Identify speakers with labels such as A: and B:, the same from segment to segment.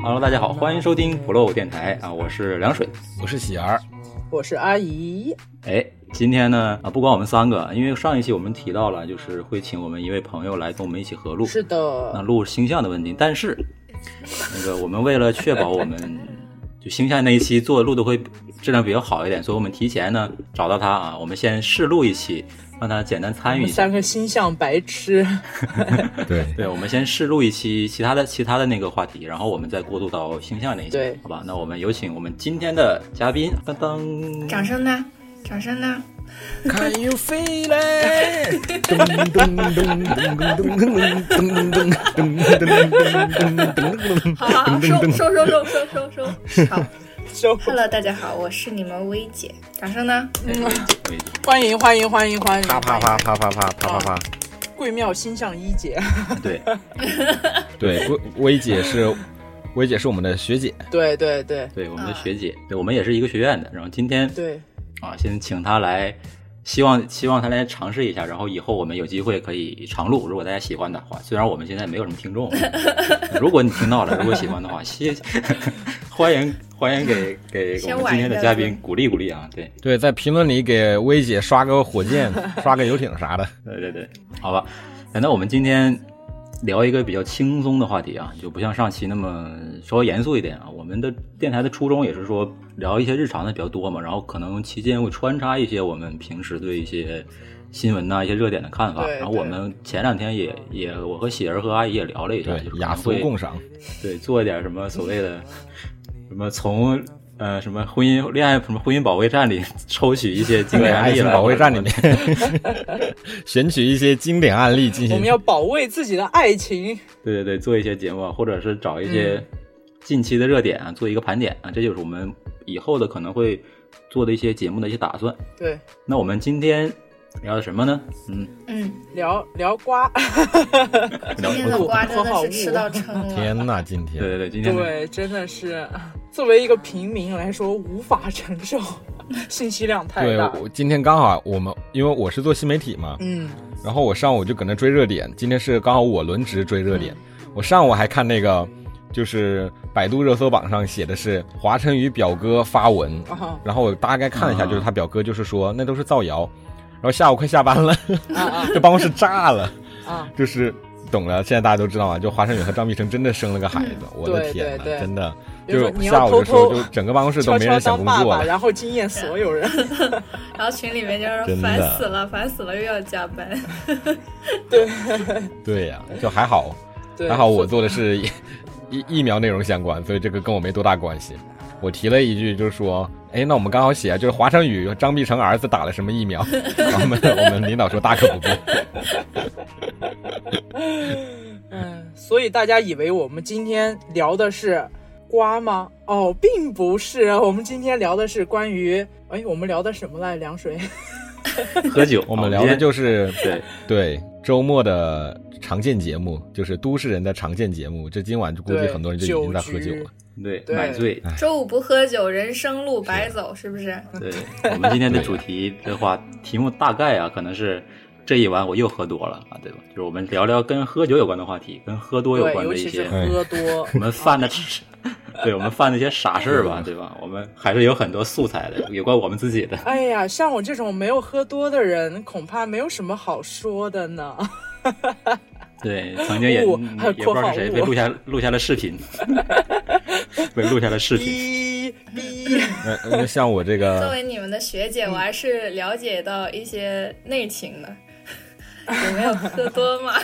A: Hello，大家好，欢迎收听不漏电台啊，我是凉水。
B: 我是喜儿，
C: 我是阿姨，
A: 哎，今天呢啊，不光我们三个，因为上一期我们提到了，就是会请我们一位朋友来跟我们一起合录，
C: 是
A: 那
B: 嗯
C: 的，
A: 录星象的问题，但是那个我们为了确保我们就星象那一期做的录的会质量比较好一点，所以我们提前呢找到他啊，我们先试录一期，让他简单参与一下
C: 三。个星象白痴，
B: 对，
A: 对，我们先试录一期其他的其他的那个话题，然后我们再过渡到星象那一期
C: 对，
A: 好吧？那我们有请我们今天的嘉宾，当当，
D: 掌声呢？掌声呢？
B: 看 you 飞来，咚咚咚咚咚咚咚咚咚咚咚咚咚咚咚咚。
D: 好好好，收收收收收收收。好
C: 收
D: ，Hello，大家好，我是你们薇姐。掌声呢？
A: 对
C: 欢迎欢迎欢迎欢迎，
B: 啪啪啪啪啪啪啪啪啪！
C: 贵庙星象一 姐，
A: 对，
B: 对，薇薇姐是薇姐是我们的学姐，
C: 对对对
A: 对，我们的学姐，对我们也是一个学院的。然后今天
C: 对，
A: 啊，先请她来，希望希望她来尝试一下。然后以后我们有机会可以常录，如果大家喜欢的话。虽然我们现在没有什么听 众，如果你听到了，如果喜欢的话，谢 欢迎欢迎给给我
D: 先
A: 们
D: 晚
A: 今
D: 一
A: 天
D: 嗯
A: 的
D: 点
A: 嘉
D: 是
A: 宾鼓励鼓励啊！对
B: 对，在评论里给薇姐刷个火箭，刷个游艇啥的。
A: 对对对，好吧。哎那我们今天聊一个比较轻松的话题啊，就不像上期那么稍微严肃一点啊。我们的电台的初衷也是说聊一些日常的比较多嘛，然后可能期间会穿插一些我们平时对一些新闻呐、一些热点的看法。
C: 对
A: 然后我们前两天也也我和喜儿和阿姨也聊了一下，
B: 对
A: 就是，可能
B: 雅俗
A: 会
B: 共赏。
A: 对，做一点什么所谓的什么从呃什么婚姻恋爱什么婚姻保卫战里 抽取一些经
B: 对，
A: 典案
B: 爱
A: 例
B: 情
A: 来
B: 保卫战里
A: 或者
B: 面选取一些经典案例进
C: 我
B: 行
C: 们。要保卫自己的爱情，
A: 对对对，做一些节目啊，或者是找一些
C: 嗯
A: 近期的热点啊，做一个盘点啊，这就是我们以后的可能会做的一些节目的一些打算。
C: 对，
A: 那我们今天聊的什么呢？嗯，
D: 嗯，
C: 聊聊瓜，
D: 今
C: 啊
A: 聊
D: 天的
A: 我
D: 瓜真的是吃到撑了。
B: 天呐，今天
A: 对对对，今天的
C: 对，真的是作为一个平民来说无法承 受，信息量太
B: 对
C: 大，
B: 我今天刚好我们，因为我是做新媒体嘛，
C: 嗯，
B: 然后我上午就搁那追热点，今天是刚好我轮值追热点，
C: 嗯
B: 我上午还看那个，就是百度热搜榜上写的是华晨宇表哥发文，
C: 啊
B: 然后我大概看了一下，
A: 啊
B: 就是他表哥就是说那都是造谣，然后下午快下班了，
C: 嗯 啊 啊
B: 这办公室炸了，
C: 啊，
B: 就是懂了，现在大家都知道啊，就华晨宇和张碧晨真的生了个孩子，我的
C: 嗯对
B: 天呐，
C: 对对
B: 真的。
C: 比
B: 就
C: 如说你
B: 下
C: 要
B: 午
C: 偷
B: 的时候，
C: 偷
B: 就整个办公室都
C: 悄
B: 没
C: 悄
B: 人
C: 当
B: 想工
C: 爸
B: 作
C: 爸，
B: 了。
C: 然后惊艳所有人，
D: 然后群里面就是
B: 真的
D: 烦死了，烦死了，又要加班。
C: 对
B: 对呀、就还好，
C: 对，
B: 还好我做的是疫 疫疫苗内容相关，所以这个跟我没多大关系。我提了一句，就是说，哎，那我们刚好写，就是华晨宇、张碧晨儿子打了什么 疫苗？然后我们我们领导说大可不必。
C: 嗯，所以大家以为我们今天聊的是瓜吗？哦，并不是，我们今天聊的是关于，哎，我们聊的什么来？凉水，
A: 喝酒，
B: 我们聊的
A: 是
B: 就是
A: 对
B: 对周末的常见节目，就是都市人的常见节目。这今晚就 估计
C: 对
B: 很多人就已经在喝
C: 酒
B: 酒
C: 局
B: 了。
A: 对
C: 对
A: 买醉。
D: 周五不喝酒，人生路白走，是不是？
A: 对我们今天的主题的话，题目大概啊，可能是这一晚我又喝多了啊，对吧？就是我们聊聊跟喝酒有关的话题，跟喝多有
C: 对，
A: 关
C: 尤
A: 的一
C: 其
A: 些
B: 嗯
C: 是喝多
A: 我，们犯的，对我们犯的一些傻事儿吧，对吧？我们还是有很多素材的，有关我们自 己的。
C: 哎呀，像我这种没有喝多的人，恐怕没有什么好说的 呢。
A: 对，曾经也
C: 我
A: 嗯
C: 还
A: 也不知道
C: 括
A: 是
C: 号
A: 谁
C: 我
A: 被录下录下了视频， 被录下了视频。
C: 哔哔，
B: 那那呃像我这
D: 作
B: 个，
D: 为你们的学姐，我还是了解到一些内情的。有没有喝多吗？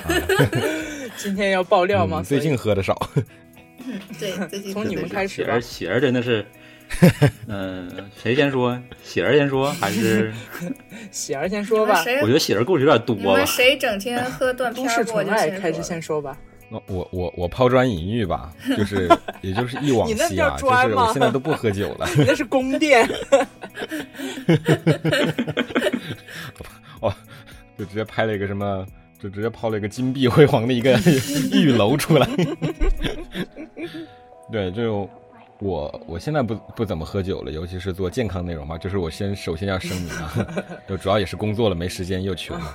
C: 今天要爆料吗？
B: 嗯，最近喝的少，
D: 对，最近
C: 从
D: 喝
C: 你
D: 多
C: 们开始
A: 喜
C: 吧
A: 儿，。喜儿真 的是，嗯、谁先说？喜儿先说 还是？
C: 喜儿先
D: 你
C: 说
D: 们
C: 吧，
D: 谁
A: 我觉得喜儿故事有点
D: 你
A: 多吧
D: 们。谁整天喝断
C: 都
D: 片
C: 市
D: 儿，我
C: 纯
D: 就
C: 爱
D: 先
C: 开始
D: 说
C: 先说吧。
B: 那我我我抛砖引玉吧，就是也就是忆 往
C: 你那
B: 昔
C: 叫
B: 啊，就
C: 砖
B: 是
C: 吗
B: 我现在都不喝酒了。
C: 你那是宫 殿，
B: 哦，就直接拍了一个什么，就直接抛了一个金碧辉煌的一个玉楼出来。 对，就我我现在不不怎么喝酒了，尤其是做健康内容嘛，就是我先首先要声明啊，就主要也是工作了没时间又穷嘛，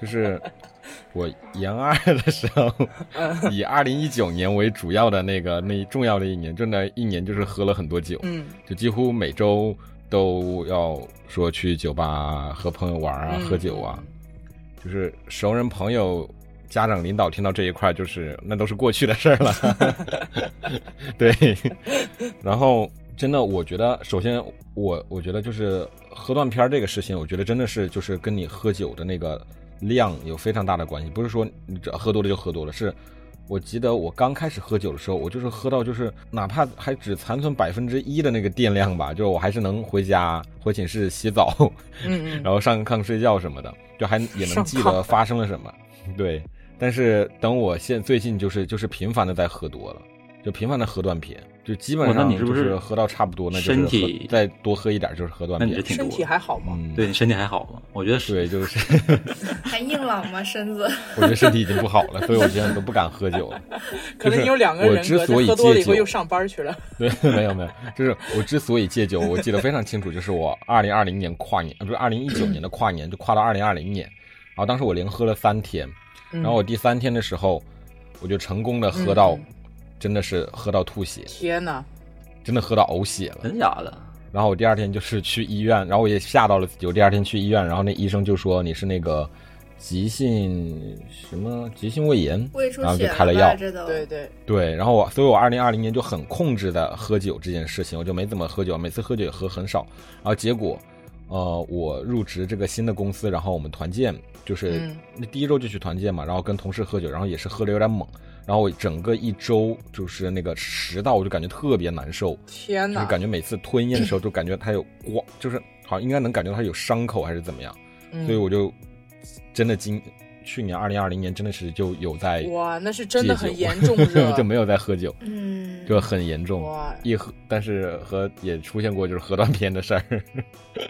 B: 就是我研二的时候，以二零一九年为主要的那个那一重要的一年，就那一年就是喝了很多酒，
C: 嗯
B: 就几乎每周都要说去酒吧和朋友玩啊、
C: 嗯
B: 喝酒啊，就是熟人朋友。家长、领导听到这一块，就是那都是过去的事儿了。 对，然后真的，我觉得，首先我我觉得就是喝断片儿这个事情，我觉得真的是就是跟你喝酒的那个量有非常大的关系，不是说你只要喝多了就喝多了，是。我记得我刚开始喝酒的时候，我就是喝到就是哪怕还只残存百分之一的那个电量吧，就是我还是能回家回寝室洗澡，
C: 嗯嗯，
B: 然后上炕睡觉什么的，就还也能
C: 上
B: 记
C: 炕
B: 得发生了什么。对，但是等我现最近就是就是频繁的在喝多了，就频繁的喝断片，就基本
A: 哇那
B: 上
A: 你是
B: 就
A: 不是
B: 是喝到差不多，那就是
A: 身
B: 喝
A: 体
B: 再多喝一点就是喝断
A: 那你这
B: 片。
A: 挺
C: 身
A: 多
C: 体
A: 的。
C: 还好吗？
B: 嗯，
A: 对你身体还好吗？我觉得是，
B: 对，就是
D: 还硬朗吗？身子
B: 我觉得身体已经不好了，所以我现在都不敢喝酒了。
C: 可能你有两个人
B: 就是
C: 格，
B: 我之所以
C: 但喝多了以后
B: 戒酒
C: 又上班去了。
B: 对， 没有没有，就是我之所以戒酒，我记得非常清楚，就是我二零二零年跨年，呃不是二零一九年的跨年，就跨到二零二零年，然后当时我连喝了三天，
C: 然
B: 然后我第三天的时候，我就成功的喝到，真的是喝到吐血，
C: 天哪，
B: 真的喝到呕血了。
A: 真假的？
B: 然后我第二天就是去医院，然后我也吓到了自己。我第二天去医院，然后那医生就说你是那个急性什么急性胃炎，
D: 胃出
B: 然后
D: 血
B: 就开了
D: 吧？
B: 药。
D: 这都
C: 对对，
B: 对，然后我，所以我二零二零年就很控制的喝酒这件事情，我就没怎么喝酒，每次喝酒也喝很少。然后结果，呃，我入职这个新的公司，然后我们团建，就是
C: 嗯
B: 那第一周就去团建嘛，然后跟同事喝酒，然后也是喝的有点猛，然后我整个一周就是那个食道我就感觉特别难受，
C: 天
B: 就是
C: 哪，
B: 感觉每次吞咽的 时候就感觉它有刮，就是好像应该能感觉到它有伤口还是怎么样，
C: 嗯
B: 所以我就真的今去年二零二零年真的是就有在
C: 哇，那是真的
B: 戒酒
C: 很严重 热，
B: 就没有在喝酒。
D: 嗯，
B: 就很严重，
C: 哇，
B: 一喝，但是和也出现过就是喝断片的事儿，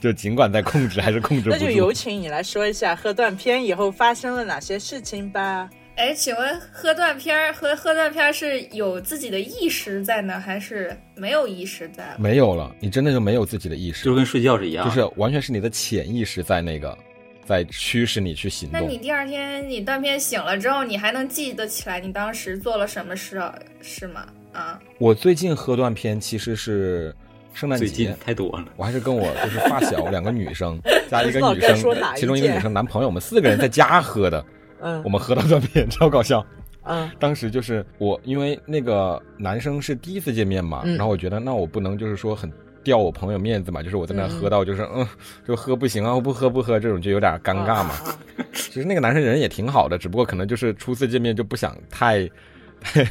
B: 就尽管在控制，还是控制不
C: 那
B: 住。
C: 就有请你来说一下喝断片以后发生了哪些事情吧。
D: 哎，请问喝断片儿喝喝断片儿是有自己的意识在呢，还是没有意识在了？
B: 没有了，你真的就没有自己的意识，
A: 就是跟睡觉是一样
B: 就
A: 的，
B: 是完全是你的潜意识在那个在驱使你去行
D: 那
B: 动
D: 你。第二天你断片醒了之后，你还能记得起来你当时做了什么事啊是吗？啊，
B: 我最近喝断片其实是圣诞
A: 最近
B: 节，
A: 太多了。
B: 我还是跟我就是发小两个 女生加一个
C: 不
B: 女
C: 知道该说哪
B: 生，
C: 一
B: 其中一个
C: 件
B: 女生男朋友，我们四个人在家喝的，
C: 嗯
B: 我们喝到断片，超搞笑。
C: 嗯
B: 当时就是我，因为那个男生是第一次见面嘛，
C: 嗯
B: 然后我觉得那我不能就是说很吊我朋友面子嘛，就是我在那喝到就是嗯就喝不行啊，我不喝不喝这种就有点尴尬嘛。
C: 啊
B: 其实那个男生人也挺好的，只不过可能就是初次见面就不想太 太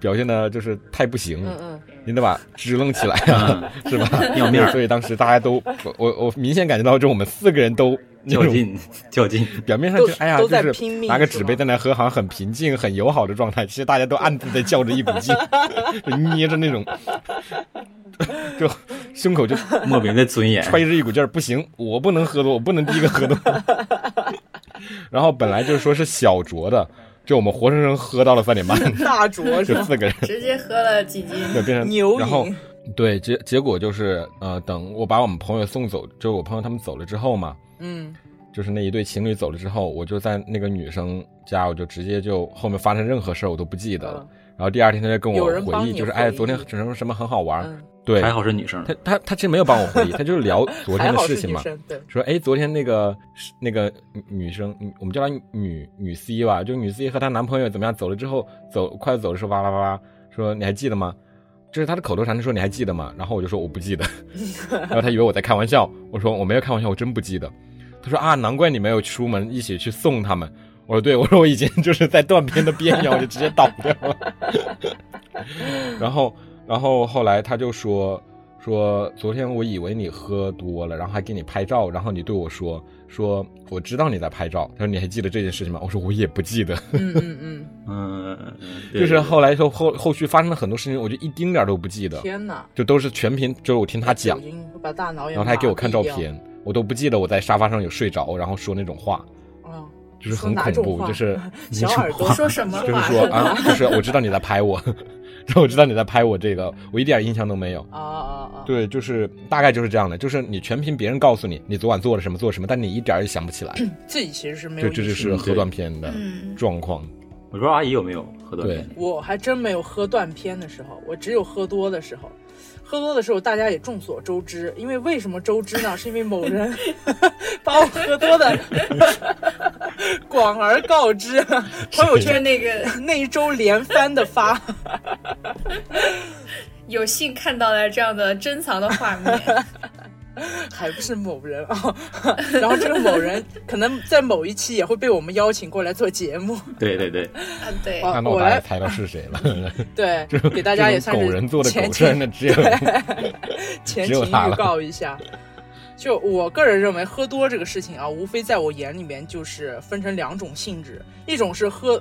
B: 表现的就是太不行，
C: 嗯嗯嗯，
B: 你得把支棱起来啊， 是吧？
A: 要面儿
B: 所以当时大家都我我我明显感觉到，就我们四个人都那
A: 较
B: 种
A: 劲，较劲，
B: 表面上就
C: 都
B: 哎呀，
C: 都
B: 就
C: 在
B: 是
C: 拼命
B: 拿个
C: 是
B: 纸
C: 吗
B: 杯在那喝，好像很平静、很友好的状态。其实大家都暗自在较着一股 劲，就捏着那种，就胸口就
A: 莫名的尊严。
B: 揣着一股劲儿，不行，我不能喝多，我不能第一个 喝多。然后本来就是说是小酌的，就我们活生生喝到了三 点半，
C: 大酌是
B: 就
C: 吧？
B: 四个人
D: 直接喝了几斤？
B: 就变 成，
C: 牛
B: 然后
C: 饮，
B: 对结结果就是呃，等我把我们朋友送走，就是我朋友他们走了之后嘛，
C: 嗯
B: 就是那一对情侣走了之后，我就在那个女生家，我就直接就后面发生任何事儿我都不记得了。
C: 嗯
B: 然后第二天她就跟我
C: 有人帮
B: 回忆，
C: 你
B: 就是
C: 回忆
B: 哎，昨天什么什么很好玩儿。
C: 嗯，
B: 对，
A: 还好是女生，
B: 她她她其实没有帮我回忆，她就是 聊昨
C: 还
B: 天的
C: 好
B: 事
C: 是
B: 情
C: 女
B: 嘛。
C: 生， 对，
B: 说哎，昨天那个那个女女生，嗯我们叫她女女 C 吧，就女 C 和她男朋友怎么样？走了之后，走快走的时候，哇啦哇啦，说你还记得吗？这是她的口头禅，她说你还记得吗？然后我就说我不记得， 然后她以为我在开玩笑，我说我没有开玩笑，我真不记得。她说啊，难怪你没有出门一起去送他们。我说对，我说我已经就是在断片的边缘，我就直接倒掉了。 然后，然后后来他就说说，昨天我以为你喝多了，然后还给你拍照，然后你对我说说我知道你在拍照，他说你还记得这件事情吗？我说我也不 记得，
C: 嗯嗯
A: 嗯，对
B: 就是后来后后后续发生了很多事情，我就一丁点儿都不
C: 嗯，
B: 记得，
C: 天哪！
B: 就都是全凭就是我听他讲
C: 酒，精会把大脑也
B: 然后他还给我看照
C: 麻痹掉，
B: 片，我都不记得我在沙发上有睡着，然后说那种话，
C: 嗯，
B: 就是
C: 说
B: 很
C: 哪
B: 恐
C: 种
B: 怖，
C: 话
B: 就是
C: 小耳朵
D: 说什么
B: 就是
D: 话？
B: 说啊，就是我知道你在拍我， 后我知道你在拍我这个，我一点印象都没有。
C: 啊啊啊！
B: 对，就是大概就是这样的，就是你全凭别人告诉你你昨晚做了什么做什么，但你一点儿也想不起来。
C: 自己其实嗯是没有
B: 对，
C: 意识
B: 这
C: 的。
B: 就是喝断片的
D: 嗯
B: 状况。
A: 我不知道阿姨有没有喝断
B: 对
A: 片，
C: 我还真没有喝断片的时候，我只有喝多的时候。喝多的时候，大家也众所周知，因为为什么周知呢？是因为某人 把我喝多的 广而告之，朋友
D: 就是
C: 圈
D: 那个
C: 那一周连番的发。
D: 有幸看到了这样的珍藏的画面，啊
C: 还不是某人啊、然后这个某人可能在某一期也会被我们邀请过来做节目，
A: 对对对，
D: 啊，对，
C: 啊
B: 那
C: 我
B: 我大概
C: 来
B: 猜到是谁了。
C: 对
B: 这种，
C: 给 大家也算 是
B: 这种狗人做的
C: 前
B: 狗
C: 情
B: 事儿，那 只有
C: 前
B: 只
C: 情
B: 有他
C: 预
B: 了
C: 告一下。就我个人认为，喝多这个事情啊，无非在我眼里面就是分成两种性质，一种是喝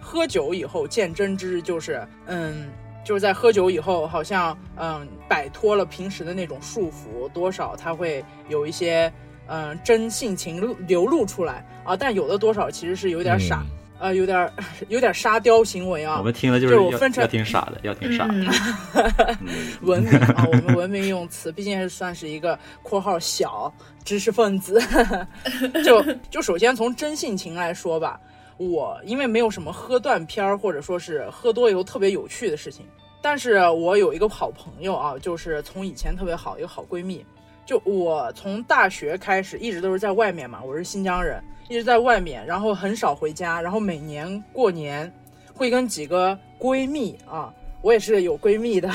C: 喝酒以后见真知，就是嗯，就是在喝酒以后，好像嗯摆脱了平时的那种束缚，多少他会有一些嗯真性情流流露出来啊，但有的多少其实是有点傻，
B: 嗯
C: 呃，有点 有点沙雕行为啊。
A: 我们听了就
C: 就是我
A: 是要
C: 分成
A: 要听傻的，要听
B: 啊
A: 傻的。
D: 嗯，
C: 文明啊，我们文明用词毕竟是算是一个（括号小）知识分子。 就就首先从真性情来说吧，我因为没有什么喝断片儿，或者说是喝多以后特别有趣的事情，但是我有一个好朋友啊，就是从以前特别好一个好闺蜜。就我从大学开始一直都是在外面嘛，我是新疆人，一直在外面，然后很少回家，然后每年过年会跟几个闺蜜啊，我也是有闺蜜的，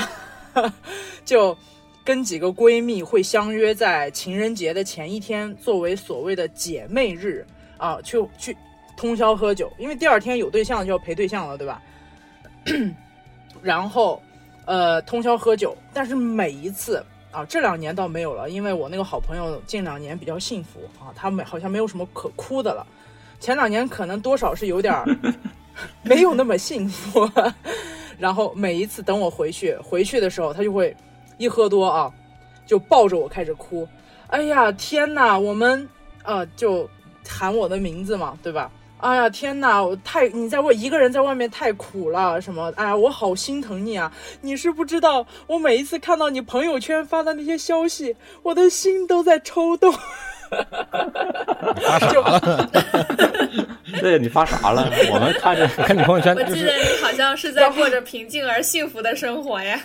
C: 就跟几个闺蜜会相约在情人节的前一天，作为所谓的姐妹日啊，去去通宵喝酒，因为第二天有对象就要陪对象了，对吧？ 然后，呃，通宵喝酒，但是每一次啊，这两年倒没有了，因为我那个好朋友近两年比较幸福啊，他们好像没有什么可哭的了。前两年可能多少是有点儿 没有那么幸福， 然后每一次等我回去，回去的时候他就会一喝多啊，就抱着我开始哭。哎呀，天哪，我们呃就喊我的名字嘛，对吧？哎呀，天哪，我太你在外一个人在外面太苦了，什么？哎呀，我好心疼你啊！你是不知道，我每一次看到你朋友圈发的那些消息，我的心都在抽动。
B: 发傻了。
A: 对你发傻了，我们看着
B: 我看你朋 友圈
D: 我
B: 就
D: 记
B: 是
D: 得你好像是在过着平静而幸福的生活呀，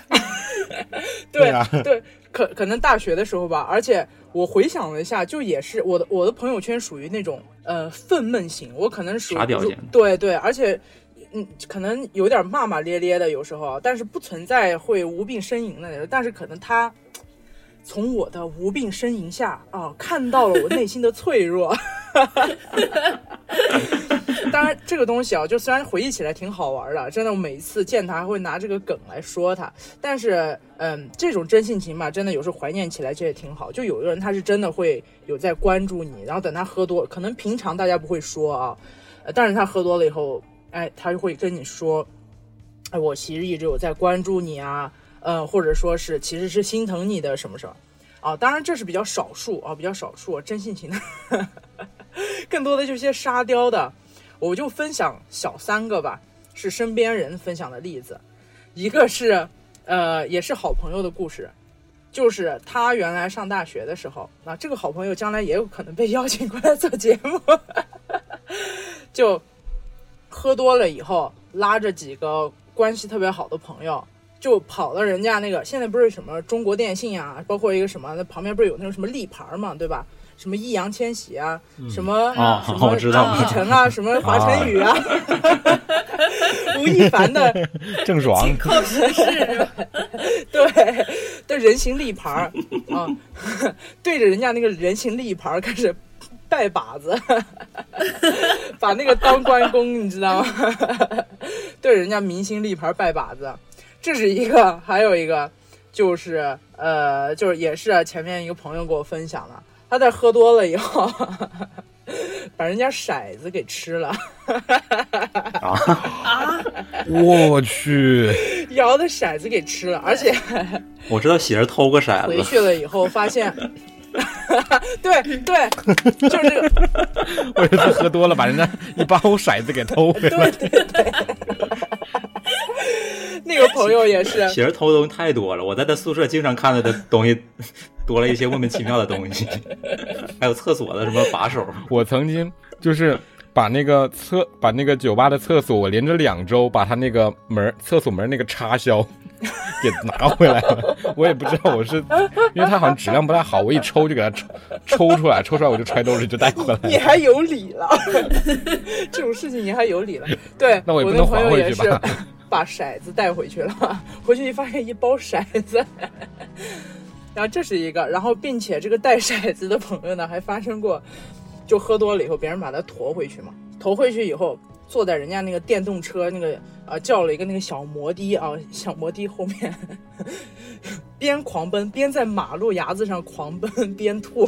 C: 对
B: 啊，
C: 对，可可能大学的时候吧，而且我回想了一下，就也是我的我的朋友圈属于那种呃愤懑型，我可能属于
A: 傻屌型
C: 对对，而且嗯，可能有点骂骂咧咧的，有时候，但是不存在会无病呻吟的那种，但是可能他。从我的无病呻吟下啊，看到了我内心的脆弱。 当然，这个东西啊，就虽然回忆起来挺好玩的，真的，我每一次见他还会拿这个梗来说他。但是，嗯，这种真性情吧，真的有时候怀念起来这也挺好。就有的人他是真的会有在关注你，然后等他喝多，可能平常大家不会说啊，呃但是他喝多了以后，哎，他就会跟你说，哎，我其实一直有在关注你啊，呃，或者说是其实是心疼你的什么什么。啊，当然这是比较少数啊，比较少数真性情的， 更多的就是一些沙雕的，我就分享小三个吧，是身边人分享的例子。一个是呃，也是好朋友的故事，就是他原来上大学的时候，那这个好朋友将来也有可能被邀请过来做节目， 就喝多了以后，拉着几个关系特别好的朋友。就跑到人家那个，现在不是什么中国电信啊，包括一个什么，那旁边不是有那种什么立牌嘛，对吧？什么易烊千玺啊，什么、
A: 哦
C: 什么
A: 我知道
C: 张碧晨啊，什么华晨宇啊， 吴亦凡的
B: 郑爽，
D: 靠实事，
C: 对，对人形立牌儿啊， 对着人家那个人形立牌儿开始拜把子， 把那个当关公，你知道吗？ 对着人家明星立牌儿拜把子，这是一个，还有一个就是呃，就是也是前面一个朋友给我分享的，他在喝多了以后， 把人家骰子给吃了。
A: 啊，
B: 我去，
C: 摇的骰子给吃了，而且
A: 我知道喜儿偷个骰
C: 回
A: 子，
C: 去了以后发现， 对对，就是这个，
B: 我有一次喝多了，把人家一包骰子给偷回来。
C: 对对对，那个朋友也是，
A: 喜儿偷的东西太多了，我在他宿舍经常看到他东西多了一些莫名其妙的东西， 还有厕所的什么把手，
B: 我曾经就是把那个厕把那个酒吧的厕所，我连着两周把它那个门儿厕所门儿那个插销给拿回来了。我也不知道我是因为它好像质量不太好，我一抽就给它抽抽出来，抽出来我就揣兜里就带回来
C: 你
B: 了。
C: 还有理了，这种事情你还有理了。对，
B: 那我也不
C: 那
B: 能
C: 朋
B: 还
C: 友也
B: 回去
C: 是
B: 吧
C: 把骰子带回去了， 回去一发现一包骰子。 然后这是一个，然后并且这个带骰子的朋友呢，还发生过，就喝多了以后，别人把他驮回去嘛，驮回去以后，坐在人家那个电动车那个呃叫了一个那个小摩的啊，小摩的后面， 边狂奔边在马路牙子上狂奔边吐，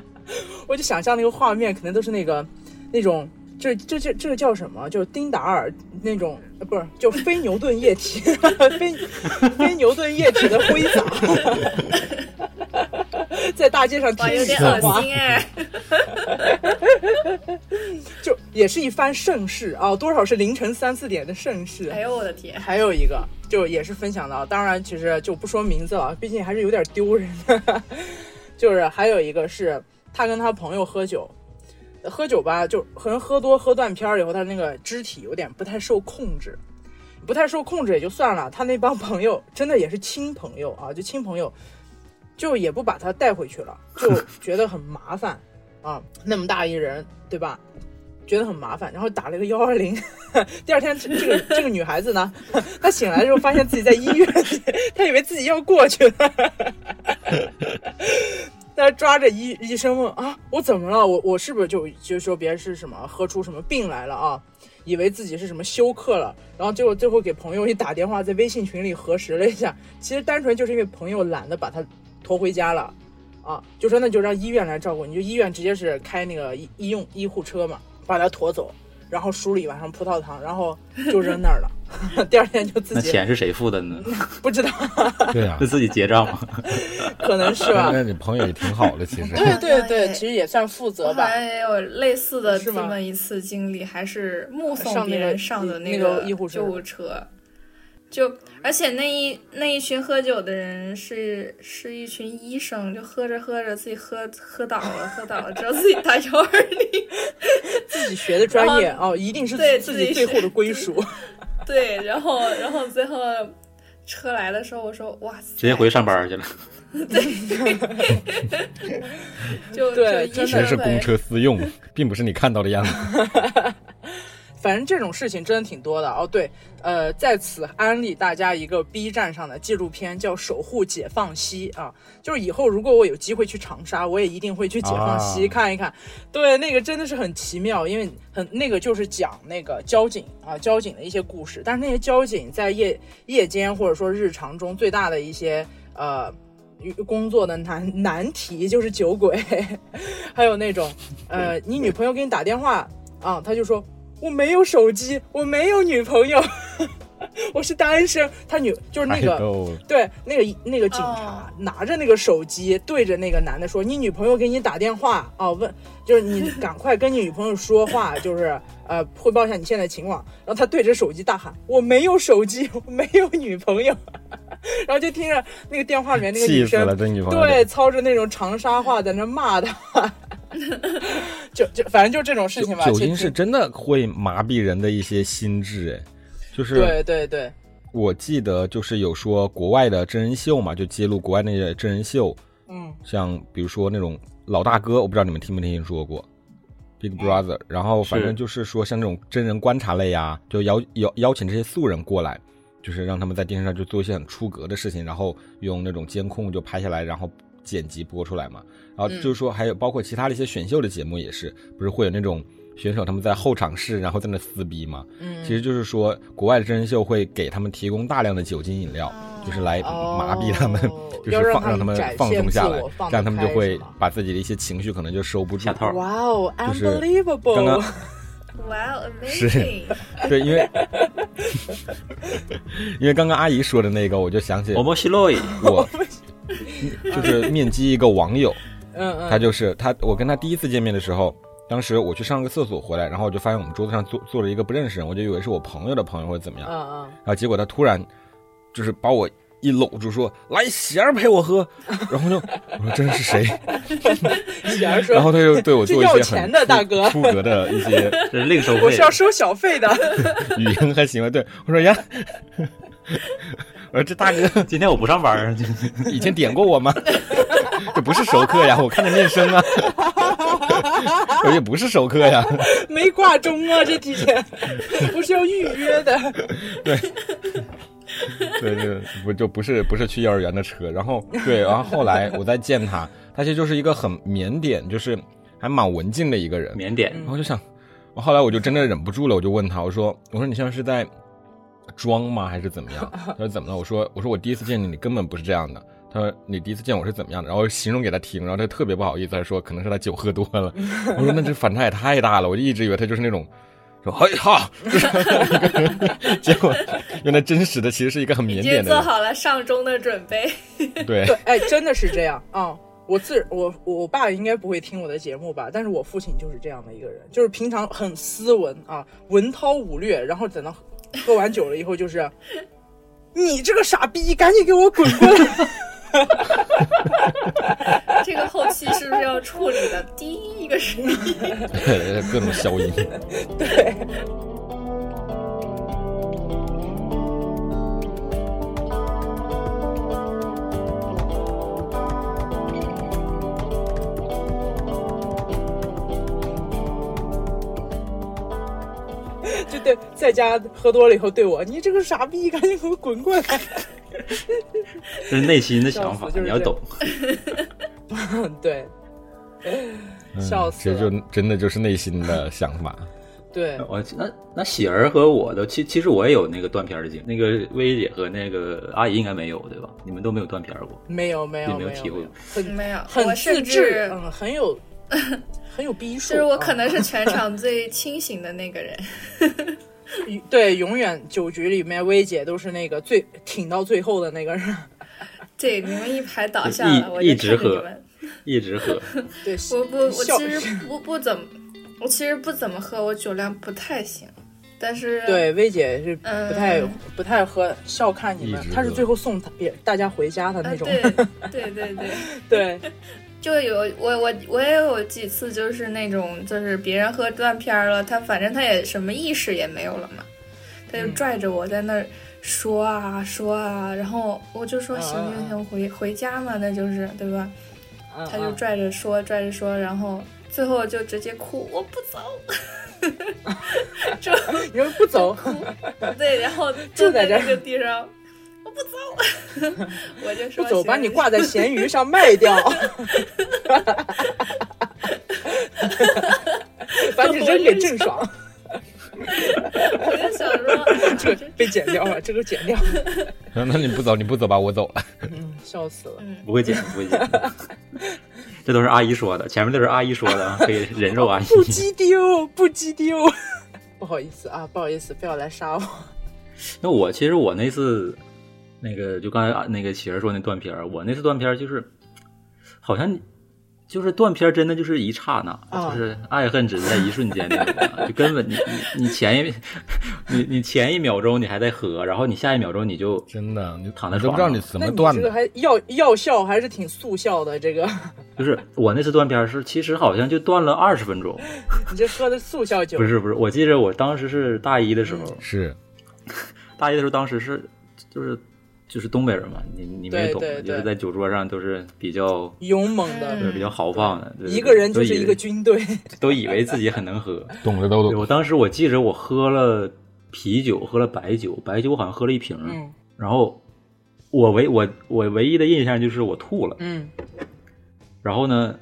C: 我就想象那个画面，可能都是那个那种。这这这这个叫什么？就是丁达尔那种，呃不是，就非牛顿液体， 非非牛顿液体的挥洒， 在大街上
D: 哇，
C: 天
D: 有
C: 雨
D: 点
C: 作
D: 恶
C: 花，
D: 心哎！
C: 就也是一番盛世啊！多少是凌晨三四点的盛世，
D: 哎呦我的天，
C: 还有一个就也是分享到，当然其实就不说名字了，毕竟还是有点丢人的。 就是还有一个是他跟他朋友喝酒，喝酒吧就可能喝多喝断片儿以后，他那个肢体有点不太受控制，不太受控制也就算了，他那帮朋友真的也是亲朋友啊，就亲朋友，就也不把他带回去了，就觉得很麻烦啊，那么大一人对吧？觉得很麻烦，然后打了一个幺二零。 第二天，这这个这个女孩子呢，她醒来之后发现自己在医院，她以为自己要过去了， 她抓着医医生问啊，我怎么了？我我是不是就就说别人是什么喝出什么病来了啊？以为自己是什么休克了，然后结果最后给朋友一打电话，在微信群里核实了一下，其实单纯就是因为朋友懒得把她驮回家了。啊，就说那就让医院来照顾，你就医院直接是开那个医医用医护车嘛，把他驮走，然后输了一晚上葡萄糖，然后就扔那儿了。 第二天就自
A: 那
C: 己
A: 钱是谁付的呢？
C: 不知道，
B: 对啊
A: 是，自己结账吗？
C: 可能是吧
B: 那。那你朋友也挺好的，其 实。
C: 对对
D: 对
C: 对，其实也算负责
D: 我好
C: 吧。
D: 像也有类似的
C: 是
D: 这
C: 吗
D: 么一次经历，还是目送
C: 上
D: 别
C: 那个
D: 人上的
C: 那
D: 个
C: 个医护车
D: 救护车，就而且那一那一群喝酒的人是是一群医生，就喝着喝着自己喝喝倒了，喝倒了之后自己打幺二零，
C: 自己学的专业哦，一定是
D: 对
C: 自
D: 自
C: 己
D: 己
C: 最
D: 学
C: 后的归属。
D: 对，然后然后最后车来的时候，我说哇塞，
A: 直接回上班去了。
D: 就
C: 对
D: 就医
C: 真
B: 其实
D: 生
B: 是
D: 呗
B: 公车私用，并不是你看到的样子。
C: 反正这种事情真的挺多的哦。对，呃，在此安利大家一个 B 站上的纪录片，叫《守护解放西》啊，就是以后如果我有机会去长沙，我也一定会去解放西
B: 啊
C: 看一看。对，那个真的是很奇妙，因为很那个就是讲那个交警啊，交警的一些故事，但是那些交警在夜夜间或者说日常中最大的一些呃。工作的难难题就是酒鬼， 还有那种，呃，你女朋友给你打电话啊，他就说我没有手机，我没有女朋友， 我是单身。他女就是那
B: 哎
C: 个
B: 呦
C: 对那个那个警察拿着那个手机对着那个男的说：“你女朋友给你打电话啊，问就是你赶快跟你女朋友说话， 就是呃汇报一下你现在情况。”然后他对着手机大喊：“我没有手机，我没有女朋友。” 然后就听着那个电话里面那个
B: 气
C: 女
B: 死
C: 生
B: 了，这女朋友。
C: 对，操着那种长沙话在那骂 他，就就反正就这种事情吧。
B: 酒
C: 其
B: 精
C: 实
B: 是真的会麻痹人的一些心智，哎，就是
C: 对对对，
B: 我记得就是有说国外的真人秀嘛，就揭露国外那些真人秀，
C: 嗯，
B: 像比如说那种老大哥，我不知道你们听没听说过。Big Brother，然后反正
A: 是
B: 就是说像这种真人观察类啊，就邀邀邀请这些素人过来，就是让他们在电视上就做一些很出格的事情，然后用那种监控就拍下来，然后剪辑播出来嘛。然
C: 嗯
B: 后就是说还有包括其他的一些选秀的节目也是，不是会有那种选手他们在候场室然后在那撕逼嘛？
C: 嗯
B: 其实就是说国外的真人秀会给他们提供大量的酒精饮料，就是来麻痹他们。
C: 哦
B: 就是
C: 要
B: 放让
C: 他
B: 他们
C: 展
B: 放
C: 现
B: 松下
C: 自
B: 来
C: 我，放
B: 这样他们就
C: 得开
B: 会
C: 是吗
B: 把自己的一些情绪可能就收不住
A: 下。套
C: 哇哦
B: 就是
C: ，unbelievable！
B: 刚刚
D: 哇哦
B: 是
D: ，amazing！
B: 对，因为因为刚刚阿姨说的那个，我就想起
A: 我莫西洛伊，
B: 我就是面基一个网友，
C: 嗯嗯，
B: 他就是他，我跟他第一次见面的时候，当时我去上个厕所回来，然后我就发现我们桌子上坐坐着一个不认识人，我就以为是我朋友的朋友或者怎么样，
C: 嗯嗯
B: 然后结果他突然就是把我一搂住说：“来，喜儿陪 我喝。”然后就我说：“这是谁？”
C: 显儿
B: 然
C: 说
B: 后他就对我做一
C: 这要
B: 些
C: 钱
B: 很
C: 的
B: 出
C: 大哥
B: 出格的一些
A: 这是另收
C: 我
A: 费
C: 是。要收小费的，
B: 语音和行为。对我说呀，我说这大哥
A: 今天我不上班儿，
B: 以前点过我吗？ 这不是熟客呀，我看着面生啊， 我也不是熟客呀。
C: 没挂钟啊，这几 天不是要预约的。
B: 对对，不就不是不是去幼儿园的车。然后对，然后后来我再见他，他其实就是一个很腼腆，就是还蛮文静的一个人。
A: 缅甸
C: 嗯
B: 然后就想，我后来我就真的忍不住了，我就问他，我说我说你现在是在装吗，还是怎么 样？他说怎么了？我说我说我第一次见你，你根本不是这样的。他说你第一次见我是怎么样的？然后我形容给他听，然后他特别不好意思，他说可能是他酒喝多了。我说那这反差也太大了，我就一直以为他就是那种。说嘿哈，就是 结果原来真实的其实是一个很腼腆
D: 已经做
B: 的
D: 好了上钟的准备。
B: 人，对
C: 对，哎，真的是这样啊、嗯我自我我爸应该不会听我的节目吧，但是我父亲就是这样的一个人，就是平常很斯文啊，文韬武略，然后等到喝完酒了以后就是，你这个傻逼，赶紧给我滚过来！
D: 这个后期是不是要处理的？第一个是
B: 对各种消音。
C: 就对，在家喝多了以后对我，你这个傻逼，赶紧给我滚过来！
A: 这是内心的想法
C: 笑，死就是
A: 你要
C: 这样
A: 懂。
C: 嗯，对，
B: 嗯
C: 笑死
B: 这
C: 了
B: 就真的就是内心的想法。
C: 对，
A: 我那那喜儿和我的，其其实我也有那个断片儿的经历，那个薇姐和那个阿姨应该没有对吧？你们都没有断片儿过，
C: 没有没有
A: 也没有
C: 没
A: 体
C: 有，
A: 会
C: 没有
A: 过。
C: 很
D: 没
C: 很
D: 有，我
C: 自
D: 甚
C: 制
D: 至，
C: 嗯，很有很有逼数。
D: 就是我可
C: 嗯
D: 能是全场最清醒的那个人。
C: 对，永远酒局里面薇姐都是那个最挺到最后的那个 人，
D: 对，你们一排倒下
A: 一
D: 了，我就
A: 一直
D: 看着
A: 喝
D: 你们。
A: 一直喝，
C: 对，
D: 我不，我
C: 笑
D: 其实不不怎么，我其实不怎么喝，我酒量不太行，但是
C: 对薇姐是
D: 嗯
C: 不太、不太喝，笑看你
B: 一
C: 们
B: 直，喝
C: 她是最后送别大家回家的
D: 啊
C: 那种，
D: 对对对对，
C: 对
D: 就有我我我也有几次就是那种就是别人喝断片儿了，他反正他也什么意识也没有了嘛，他就
C: 嗯
D: 拽着我在那儿说啊说啊，然后我就说
C: 嗯
D: 行
C: 嗯
D: 行
C: 嗯
D: 行，回回家嘛，那就是对吧？
C: 嗯
D: 他就
C: 嗯
D: 拽着说拽着说，然后最后就直接哭，我不 走，
C: 你说不 走，
D: 对，然后
C: 就
D: 坐
C: 在
D: 在
C: 这儿
D: 那个地上，我不走， 我就
C: 不
D: 说
C: 走，把
D: 行
C: 你挂在咸鱼上卖 掉， 把你扔给郑爽，
D: 我就想 说，
C: 这个被剪掉 了，这个剪掉，
B: 然后那你不走，你不走吧，我走了。
C: 嗯，笑死了。
A: 不会剪，不会剪。 这都是阿姨说的，前面都是阿姨说的，啊可以人肉
B: 哎
A: 阿姨。
C: 不羁丢，不羁丢， 不好意思啊，不好意思，不要来杀我。
A: 那我其实我那次那个就刚才啊那个琪儿说那断片儿，我那次断片儿就是好像就是断片儿，真的就是一刹那，
C: 啊
A: 就是爱恨只在一瞬间那种啊，就根本你你你前一你你前一秒钟你还在喝，然后你下一秒钟你就
B: 真的，你
A: 躺在
B: 你都
A: 床
B: 不知道
A: 上
B: 你怎
C: 那
B: 么
C: 你
B: 断
C: 这个
B: 的。
C: 还药药效还是挺速效的，这个
A: 就是我那次断片儿是其实好像就断了二十分钟，
C: 你这喝的速效酒
A: 不，是不是，我记着我当时是大一的时候，
C: 嗯
B: 是，
A: 大一的时候，当时是就是就是东北人嘛，你你们也
C: 对
A: 懂，
C: 对
A: 就
C: 对
A: 是在酒桌上都是比较
C: 勇猛的，
A: 对比较豪放的，对
C: 嗯一个人
A: 都
C: 就是
A: 以
C: 一个军队，
A: 都以为自己很能喝。
B: 懂的都
A: 对我。当时我记着我喝了啤酒，喝了白酒，白酒好像喝了一瓶，
C: 嗯
A: 然后我唯我我唯一的印象就是我吐了，
C: 嗯，
A: 然后呢，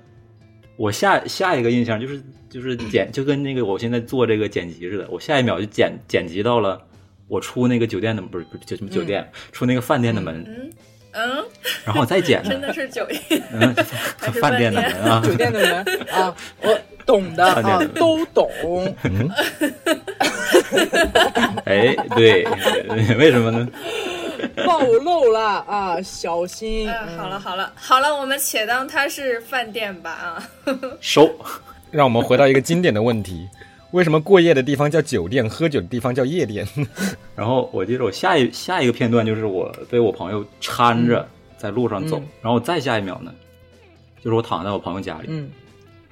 A: 我下下一个印象就是就是
C: 嗯
A: 剪就跟那个我现在做这个剪辑似的，我下一秒就剪剪辑到了我出那个酒店的不是不是酒什么
C: 嗯
A: 酒店、出那个饭店的门，
D: 嗯嗯，
A: 然后我 再剪呢
D: 真的是酒瘾，
A: 嗯，
D: 还是
A: 饭
D: 饭
A: 店
D: 店
A: 的门啊，
C: 酒店的人啊，我懂的
A: 饭店
C: 啊
A: 的人，
C: 都懂，
A: 哎，对，为什么呢？
C: 暴露了啊，小心。
D: 嗯，好了好了好了，我们且当它是饭店吧啊，
A: 收，
B: 让我们回到一个经典的问题： 为什么过夜的地方叫酒店，喝酒的地方叫夜店？
A: 然后我记得我下一下一个片段就是我被我朋友搀着在路上走，
C: 嗯
A: 然后我再下一秒呢，就是我躺在我朋友家里，
C: 嗯，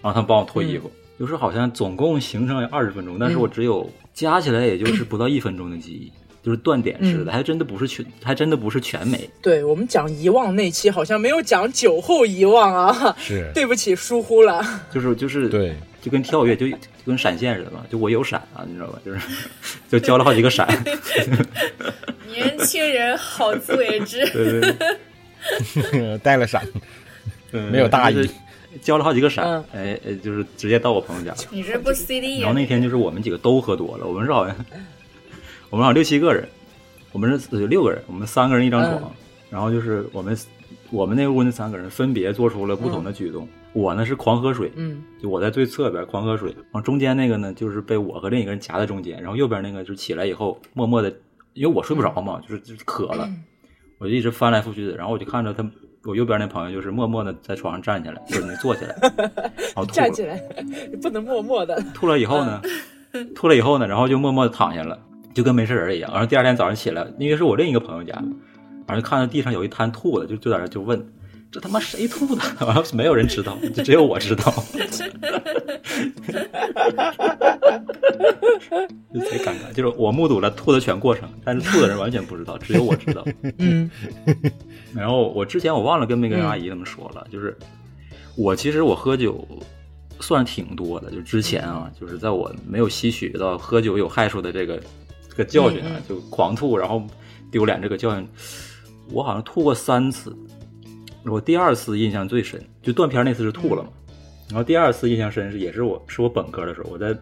A: 然后他们帮我脱衣服，就是好像总共行程二十分钟，但
C: 嗯
A: 是我只有、加起来也就是不到一分钟的记忆，就是断点式
C: 嗯
A: 的，还真的不是全，还真的不是全没。
C: 对我们讲遗忘那期好像没有讲酒后遗忘啊，
B: 是
C: 对不起，疏忽了。
A: 就是就是
B: 对，
A: 就跟跳跃就就跟闪现似的嘛，就我有闪啊，你知道吧？就是 就交了好几个 闪，
D: 年轻人好自为之。
A: 对对对
B: 带了伞，
A: 嗯，
B: 没有大意，
A: 交了好几个闪
C: 嗯，
A: 哎哎，就是直接到我朋友家。
D: 你这不 CD
A: 然后
D: 呀？
A: 那天就是我们几个都喝多了，我们是好像我们好像六七个人，我们是呃六个人，我们三个人一张
C: 嗯
A: 床，然后就是我们我们那屋那三个人分别做出了不同的举动。我呢是狂喝水，
C: 嗯
A: 就我在最侧边狂喝水，然后中间那个呢就是被我和另一个人夹在中间，然后右边那个就起来以后默默的，因为我睡不着嘛，就是就是渴了，
C: 嗯
A: 我就一直翻来覆去的，然后我就看着他。我右边那朋友就是默默的在床上站起来，不是没坐 起来，然后吐了
C: 站。起来， 你不能默默的。
A: 吐了以后呢，吐了以后呢，然后就默默地躺下了，就跟没事人一样。然后第二天早上起来，因为是我另一个朋友家，然后就看到地上有一滩兔子，就就在那就问。这他妈谁吐的？ 完了，没有人知道，就只有我知道， 就贼尴尬。就是我目睹了吐的全过程，但是吐的人完全不知道，只有我知道。
C: 嗯
A: 然后我之前我忘了跟梅根阿姨他们说了，就是我其实我喝酒算挺多的，就之前啊，
C: 嗯
A: 就是在我没有吸取到喝酒有害处的这个这个教训啊，
C: 嗯嗯
A: 就狂吐然后丢脸这个教训，我好像吐过三次，我第二次印象最深，就断片那次是吐了嘛，
C: 嗯
A: 然后第二次印象深是也是我是我本科的时候，我在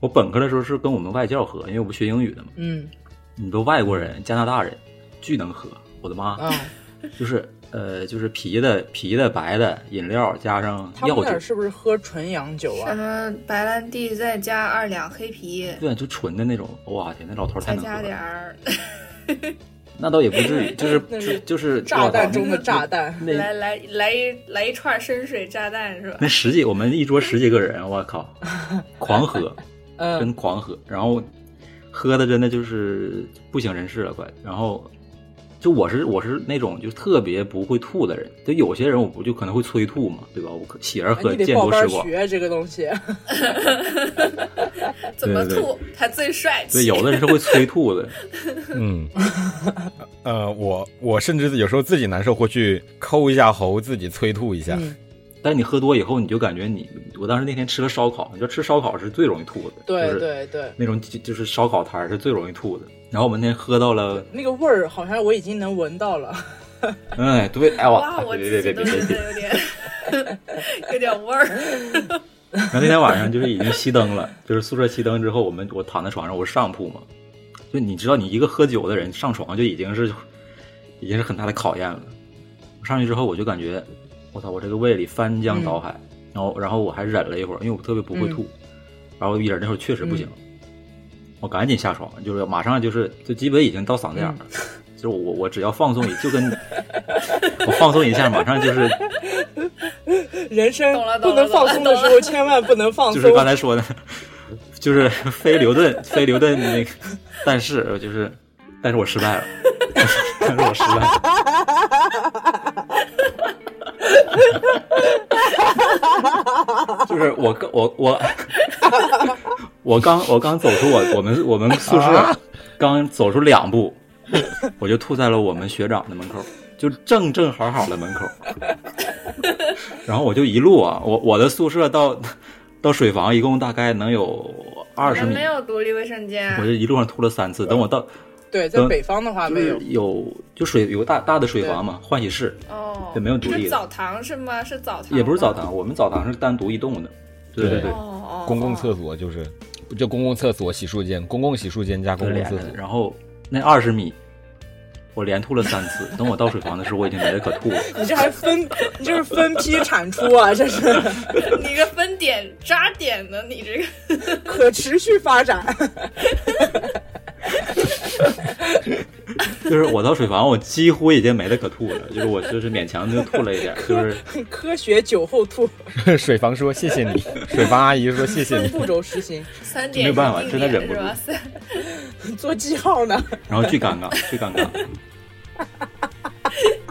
A: 我本科的时候是跟我们外教喝，因为我不学英语的嘛，
C: 嗯
A: 你都外国人加拿大人巨能喝，我的妈！
C: 啊，
A: 就是呃，就是啤的、啤的、白的饮料加上
C: 他们
A: 药
C: 那儿
A: 酒，
C: 是不是喝纯洋酒
D: 什
C: 啊？
D: 么白兰地再加二两黑啤，
A: 对，就纯的那种。哇天，那老头儿太
D: 再
A: 能
D: 加
A: 喝
D: 点
A: 了。
D: 儿
A: 那倒也不至于，就是
C: 那
A: 就是就是
C: 炸
A: 哇
C: 弹
A: 操
C: 中的炸弹。
A: 那
D: 来
A: 那
D: 来来一来一串深水炸弹是吧？
A: 那十几，我们一桌十几个人，我靠，狂喝，真
C: 嗯
A: 狂喝，然后喝的真的就是不省人事了，快。然后就我是我是那种就特别不会吐的人，就有些人我不就可能会催吐嘛，对吧？我可喜而
C: 哎
A: 喝，
C: 你得
A: 见
C: 报
A: 多识
C: 班
A: 广。
C: 学这个东西，
D: 怎么
A: 对对
D: 吐他最帅气？
A: 对，有的人是会催吐的，
B: 嗯， 呃，我我甚至有时候自己难受会去抠一下喉，自己催吐一下。
C: 嗯
A: 但你喝多以后，你就感觉你，我当时那天吃了烧烤，你知道吃烧烤是最容易吐的，
C: 对
A: 就是
C: 对对，
A: 那种就就是烧烤摊儿是最容易吐的。然后我们那天喝到了，
C: 那个味儿好像我已经能闻到了。
A: 哎，对，哎我
D: 哇，
A: 操，
D: 我
A: 别
D: 自
A: 别别
D: 己都
A: 别
D: 觉
A: 别别！
D: 得有点 有点味儿。
A: 然后那天晚上就是已经熄灯了，就是宿舍熄灯之后，我们我躺在床上，我是上铺嘛，就你知道，你一个喝酒的人上床就已经是已经是很大的考验了。我上去之后，我就感觉，我操，我这个胃里翻江倒海，然后然后我还忍了一会儿，因为我特别不会吐，然后一忍那会儿确实不行，我赶紧下床，就是马上就是就基本已经到嗓子眼儿了，就是我我只要放松一，就跟 我放松一下，马上就是
C: 人生
D: 懂了
C: 不
D: 懂了
C: 能放松的时
D: 懂
C: 候，
D: 了
C: 千万不能放
A: 就是
C: 松。
A: 刚才说的，就是非牛顿，非牛顿那个，但是就是，但是我失败了，但是我失败了。 就是我刚我我我刚我刚走出我我们我们宿舍，刚走出两步，我就吐在了我们学长的门口，就正正好好的门口。 然后我就一路啊，我我的宿舍到到水房一共大概能有二
D: 你
A: 十
D: 们
A: 米
D: 没，有独立卫生间啊
A: 我，就一路上吐了三次。等我到
C: 对，在
A: 嗯
C: 北方的话
A: 就
C: 啊没
A: 是
C: 有。
A: 有就水有个大大的水房嘛，换洗室
D: 哦，
A: 对没有独立的
D: 是澡堂是吗？是澡堂吗？
A: 也不是澡堂，我们澡堂是单独一栋的。对
B: 对
A: 对，
D: 哦哦，
B: 公共
D: 所。
B: 厕所就是，就公共厕所、洗漱间、公共洗漱间加公
A: 对连
B: 共厕
A: 着
B: 所
A: 的。。然后那二十米，我连吐了三次。等我到水房的时候，我已经没了可吐了。
C: 你这还分，你这是分批产出啊，这是
D: 你这分点扎点的，你这个
C: 可持续发展。
A: 就是我到水房，我几乎已经没得可吐了，就是我就是勉强就吐了一点， 就是
C: 科学酒后吐，
B: 水房说谢谢 你，水房阿姨说谢谢
C: 分
B: 你，
C: 步骤实行，
D: 三
A: 没
D: 点
A: 有办法
D: 是
A: 真的
D: 定
A: 忍
D: 点
A: 不
D: 是
A: 住
D: 吧？三
C: 做记号呢。
A: 然后巨尴尬，巨尴尬。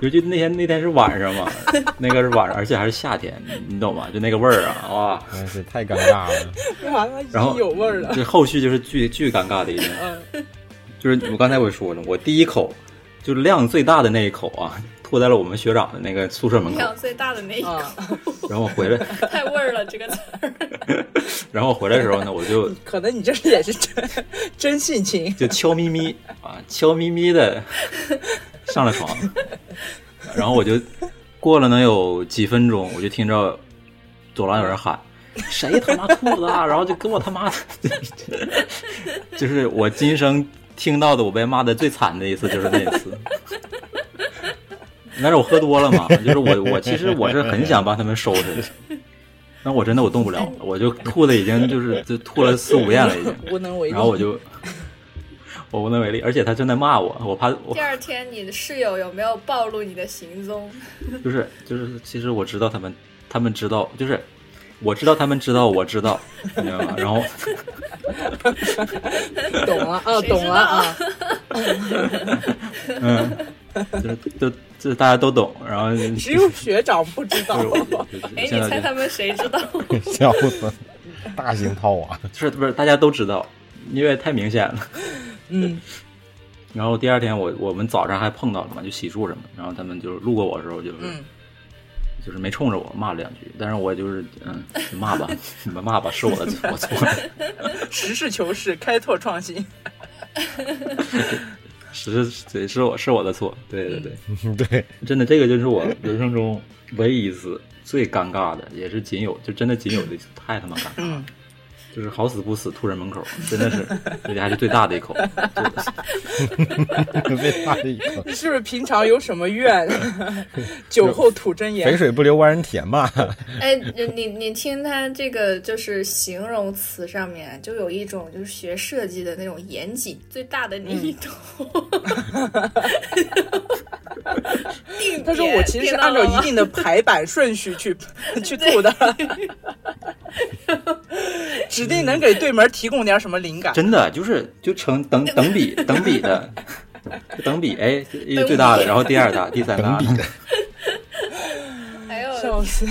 A: 尤其那天那天是晚 上嘛，那个是晚上，而且还是夏天，你懂吗？就那个味儿啊，哇！
B: 真是太尴尬 了。
C: 完了，已
A: 然后
C: 经有味儿 了。
A: 这后续就是巨巨尴尬的一件，
C: 嗯，
A: 就是我刚才我也说了，我第一口就是量最大的那一口啊，吐在了我们学长的那个宿舍门口，
D: 量最大的那一口，
C: 啊，
A: 然后我回来，
D: 太味儿了 这个词儿。
A: 然后我回来的时候呢，我就
C: 可能你这也是真真性情，
A: 就悄咪咪啊，悄咪咪的上了床，然后我就过了能有几分钟，我就听着走廊有人喊：“谁他妈裤子啊？”然后就给我他妈 的，就是我今生听到的我被骂的最惨的一次，就是那一次。但是我喝多了嘛，就是我我其实我是很想帮他们收拾的，但我真的我动不了了，我就吐的已经就是就吐了四五遍了已经。
C: 无能为力。
A: 然后我就我无能为力，而且他正在骂我，我怕我
D: 第二天你的室友有没有暴露你的行踪？
A: 就是就是，其实我知道他们，他们知道，就是我知道他们知道我知道，你知道吗？然后
C: 懂了啊，
D: 谁知道
C: 懂了啊，
A: 嗯，就是就就是大家都懂，然后就
C: 只
A: 是
C: 有学长不知 道。
A: 我就
D: 哎，
A: 是现
D: 你猜
A: 在
D: 他们谁 知道？
B: 笑死！大型套娃，
A: 就就是不是大家都知道，因为太明显了。
C: 嗯，
A: 然后第二天我我们早上还碰到了嘛，就洗漱什么的，然后他们就是路过我的时候就是、
C: 嗯
A: 就是没冲着我骂了两句，但是我就是嗯骂吧，你们骂吧，是我的错，我错了。
C: 实事求是，开拓创新。
A: 是对，是我是我的错，对对对，
B: 对，
A: 真的，这个就是我人生中唯一一次最尴尬的，也是仅有，就真的仅有的一次，太他妈尴尬了，
C: 嗯
A: 就是好死不死吐人门口，真的是，而且还是最大的一口，就是
B: 最大的一个
C: 你 是不是平常有什么怨？ 酒后吐真
B: 肥
C: 言。
B: 水不流外人田嘛。
D: 哎，你你听他这个就是形容词上面，啊就有一种就是学设计的那种严谨，最大的你一头。定
C: 他说：“我其实是按照一定的排版顺序 去去吐的，指定能给对门提供点什么灵感。
A: 真的就是就成等等比等比的，就等比哎最大的，然后第二大，第三大的，
D: 还有
C: 笑死！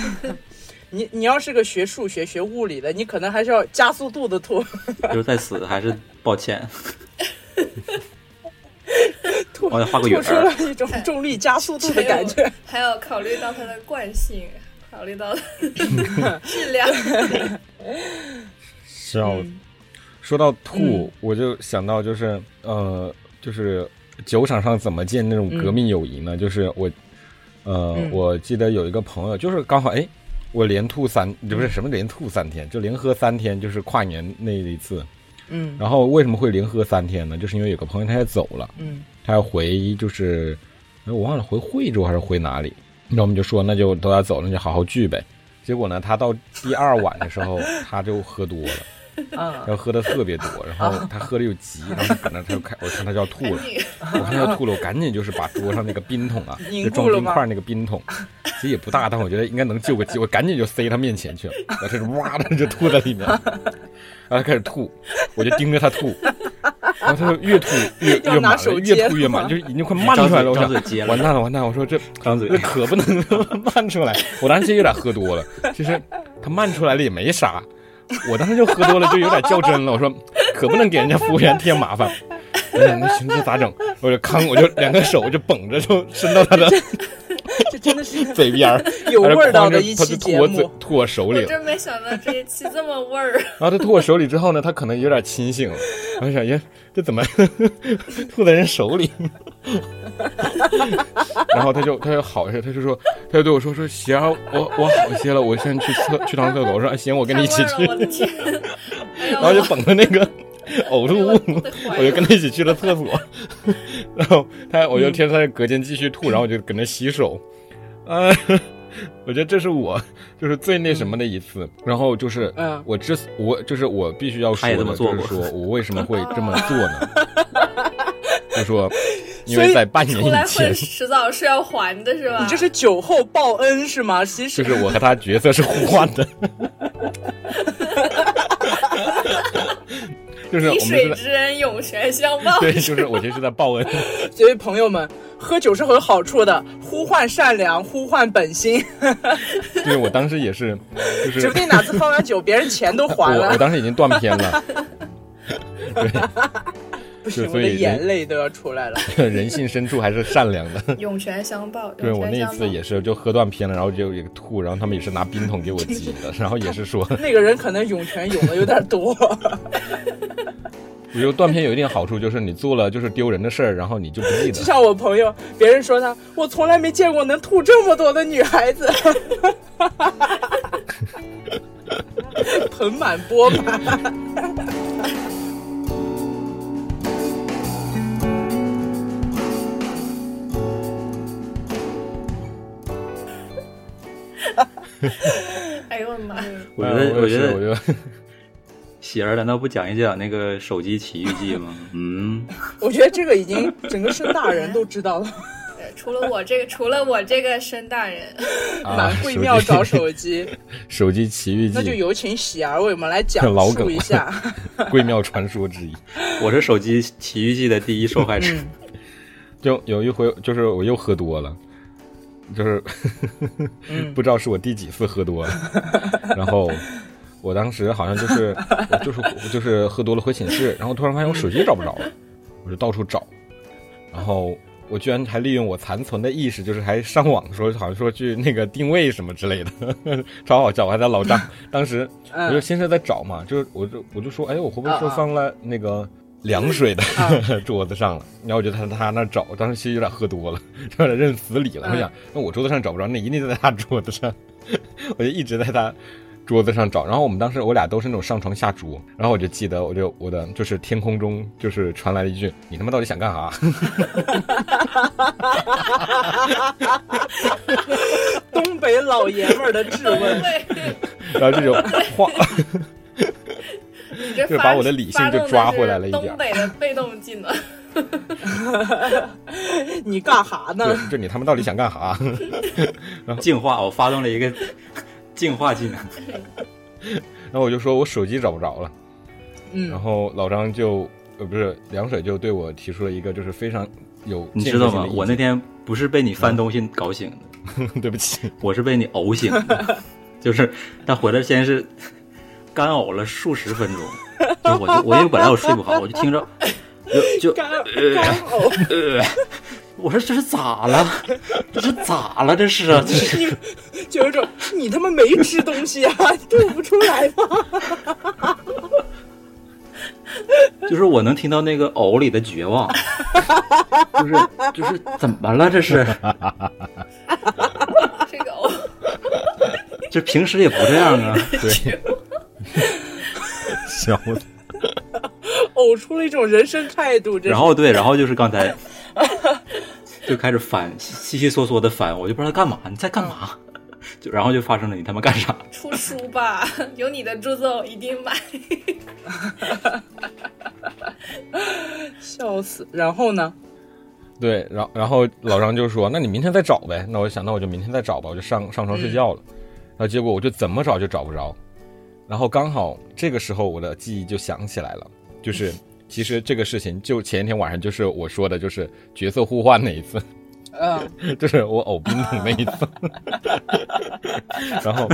C: 你你要是个学数学、学物理的，你可能还是要加速度的吐，
A: 就是再死还是抱歉，
C: 吐
A: 我得哦画个圆
C: 吐
A: 儿
C: 出了一 种重力加速度的感觉。
D: 还有考虑到它的惯性，考虑到质量。
C: 啊
B: 笑死！嗯说到吐，我就想到就是呃，就是酒场上怎么建那种革命友谊呢？就是我，呃，
C: 嗯
B: 我记得有一个朋友，就是刚好哎，我连吐三，不是什么连吐三天，就连喝三天，就是跨年那一次。
C: 嗯
B: 然后为什么会连喝三天呢？就是因为有个朋友他也走了。
C: 嗯
B: 他要回就是，哎我忘了回惠州还是回哪里。那我们就说，那就都要走了，那就好好聚呗。结果呢，他到第二晚的时候，他就喝多了，
C: 啊，
B: 然后喝的特别多，然后他喝的又急，然后反正他就开，我看他就要吐了， 我看他要吐了，我赶紧就是把桌上那个冰桶啊，
C: 凝
B: 就装
C: 固了
B: 冰
C: 吗
B: 块那个冰桶，其实也不大，但我觉得应该能救个急，我赶紧就塞他面前去了，我这是哇的就吐在 里面，然后他开始吐，我就盯着他吐，然后他就越吐越
C: 要
B: 越
C: 拿
B: 满
C: 手
B: 了，越
C: 接
B: 吐越满，就已经快漫
A: 张
B: 出来
A: 嘴
B: 了，我
A: 张
B: 想
A: 嘴接
B: 完
A: 了，
B: 蛋了完蛋了，我说这
A: 张嘴
B: 这，可不能 漫出来，我当时其实有点喝多了，其实他漫出来了也没啥，我当时就喝多了就有点较真了，我说可不能给人家服务员添麻烦。我想那寻思咋整？我就康，我就两个手就绷着，就伸到他的
C: 这真的是
B: 嘴边儿，
C: 有味道的
B: 然后哐就
C: 一
B: 他
C: 期
B: 就
C: 节
B: 吐我嘴
C: 目，
B: 吐我手里
D: 我
B: 了。
D: 真没想到这一期这么味儿，
B: 然后他吐我手里之后呢，他可能有点清 醒了，我想呀，这怎么 吐在人手 里？然后他就他就好一些，他就说，他就对我说说行啊，我我好些了，我现在去厕去趟厕所。我说哎行，我跟你一起
D: 太
B: 去
D: 味儿了，我，的天！ 哎呦
B: 然后就捧着那 个呕吐
D: 哎
B: 物
D: 我都得，怀
B: 我
D: 疑
B: 就跟他一起去了厕所。 然后他
D: 嗯
B: 我就听他在隔间继续吐，然后我就跟着洗手。呃， 我觉得这是我就是最那什么的一次。然后就是
C: 嗯
B: 我之我就是我必须要说
A: 他也这么
B: 的，
A: 做
B: 就
A: 过
B: 是说我为什么会这么做呢？就说因为在半年
D: 出来
B: 以前
D: 混，迟早是要还的，是吧？
C: 你这是酒后报恩是吗？其
B: 就
C: 实
B: 是我和他角色是互换的， 就是
D: 滴
B: 我们是
D: 水
B: 在
D: 之恩，涌泉相报。
C: 哦
B: 对，就是我其实是在报 恩。
C: 所以呃朋友们，喝酒是很有好处的，呼唤善良，呼唤本心，
B: 对，我当时也是，就是
C: 嗯指不定哪次喝完酒，别人钱都还
B: 我我
C: 了。
B: 当时已经断片 了，
C: 不行，
B: 对
C: 我
B: 所以
C: 的
B: 人
C: 眼泪都要出来了。
B: 人性深处还是善良的。
D: 涌泉相报。
B: 对
D: 涌
B: 我
D: 泉
B: 那一
D: 相
B: 次
D: 报
B: 也是就喝断片了，然后就有一个吐，然后他们也是拿冰桶给我挤 的，然后也是说，
C: 那个人可能涌泉涌的有点 多，
B: 我觉得断片有一定好处，就是你做了就是丢人的事儿，然后你就不记
C: 就
B: 得。
C: 像我朋友，别人说他，我从来没见过能吐这么多的女孩子， 盆满钵满。
D: 哎呦我的妈！
A: 我觉得，
B: 嗯
A: 我觉
B: 也是
A: 得
B: 我觉得
A: 喜儿难道不讲一讲那个手机奇遇记吗？嗯，
C: 我觉得这个已经整个深大人都知道了，
D: 呃除了我这个，除了我这个申大 人，
B: 啊
C: 满会庙找手机，
B: 手机奇遇
C: 那就
B: 记，
C: 有请喜儿为我们来讲
B: 老梗
C: 述一下。
B: 贵庙传说之一。
A: 我是手机奇遇记的第一受害者。
B: 就有一回，就是我又喝多了，就是
C: 嗯
B: 不知道是我第几次喝多了，然后我当时好像就是我就是我就是喝多了回寝室，然后突然发现我手机找不着了，我就到处找，然后我居然还利用我残存的意识，就是还上网说好像说去那个定位什么之类的， 超好笑，我还在老张当时我就
C: 嗯，
B: 先是在找嘛，就是我就我就说，哎，我会不会
C: 啊
B: 说
C: 啊
B: 放了那个凉水的、
C: 啊
B: 桌子上了？然后我就在他那儿找，当时其实有点喝多了，有点认死理了。
C: 嗯
B: 我想，那我桌子上找不着，那一定在他桌子上， 我就一直在他。桌子上找，然后我们当时我俩都是那种上床下桌，然后我就记得，我就我的就是天空中就是传来了一句：“你他妈到底想干啥
C: 东北老爷们儿的质 问，
D: 对，？”
B: 然后这就 哗，
D: 你这
B: 就
D: 发
B: 把我的理性就抓回来了一点儿
D: 发动的是东北的被动技能，
C: 你干哈呢？
B: 就就你他妈到底想干啥？
A: 净化，我发动了一个 净化技能。
B: 然后我就说我手机找不着了，然
C: 嗯，
B: 后老张就呃不是凉水就对我提出了一个就是非常有
A: 你
B: 建
A: 知
B: 设
A: 道
B: 性
A: 吗
B: 的意？见
A: 我那天不是被你翻东西搞醒的，
B: 对 不起，
A: 我是被你呕醒的。 就是他回来先是 干呕了数十分钟， 就我就我因为本来我睡不好，我就听着 就就
C: 干 干呕，
A: 呃，我说这是咋了？这是咋了？这是啊，这是
C: 就有一种你他妈没吃东西啊，吐不出来吗？
A: 就是我能听到那个呕里的绝望， 就是就是怎么了？这是
D: 这个哦，
A: 就平时也不这样啊。
B: 对，笑的，
C: 呕出了一种人生态度，这
A: 然后对，然后就是刚才就开始翻，悉悉嗦嗦的翻，我就不知道他干嘛，你在干嘛？ 就然后就发生了，你他妈干啥？
D: 出书吧，有你的助奏一 定买。
C: 笑死。然后呢？
B: 对，然后然后老张就说：“那你明天再找呗。”那我想，那我就明天再找吧，我就上上床睡觉了。然后结果我就怎么找就找不着，然后刚好这个时候我的记忆就想起来了，就是其实这个事情就前一天晚上就是我说的，就是角色互换那一次。
C: 嗯，
B: 就是我呕冰桶那一次，然后，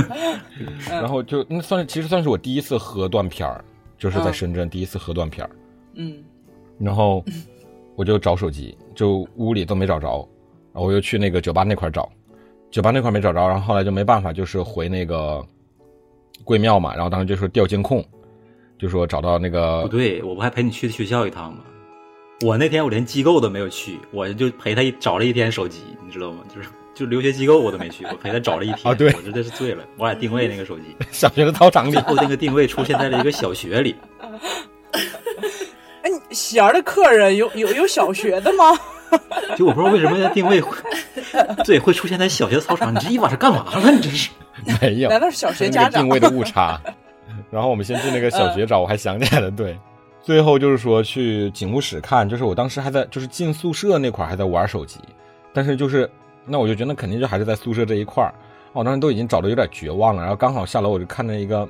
C: 嗯
B: 然后就那算是其实算是我第一次喝断片儿，就是在
C: 嗯
B: 深圳第一次喝断片儿，
C: 嗯，
B: 然后我就找手机，就屋里都没找着，然后我又去那个酒吧那块儿找，酒吧那块儿没找着，然后后来就没办法，就是回那个贵庙嘛，然后当时就说调监控，就说找到那
A: 不
B: 个
A: 对，我不还陪你去学校一趟吗？我那天我连机构都没有去，我就陪他一找了一天手机，你知道吗？就是就留学机构我都没去，我陪他找了一天，
B: 啊对
A: 我真的是醉了。我俩定位那个手机，
B: 小学的操 场里
A: 最，后那个定位出现在了一个小学里，
C: 哎，你喜儿的客人有有有小学的吗？
A: 就我不知道为什么那定位会对会出现在小学操场，你这一晚上干嘛了？你这是。
B: 没有，
C: 难道是小学家
B: 那个
C: 长
B: 定？位的误差。然后我们先去那个小学找，我还想起来了，对，最后就是说去警务室看，就是我当时还在，就是进宿舍那块儿还在玩手机，但是就是那我就觉得肯定就还是在宿舍这一块儿，我当时都已经找的有点绝望了，然后刚好下楼我就看到一个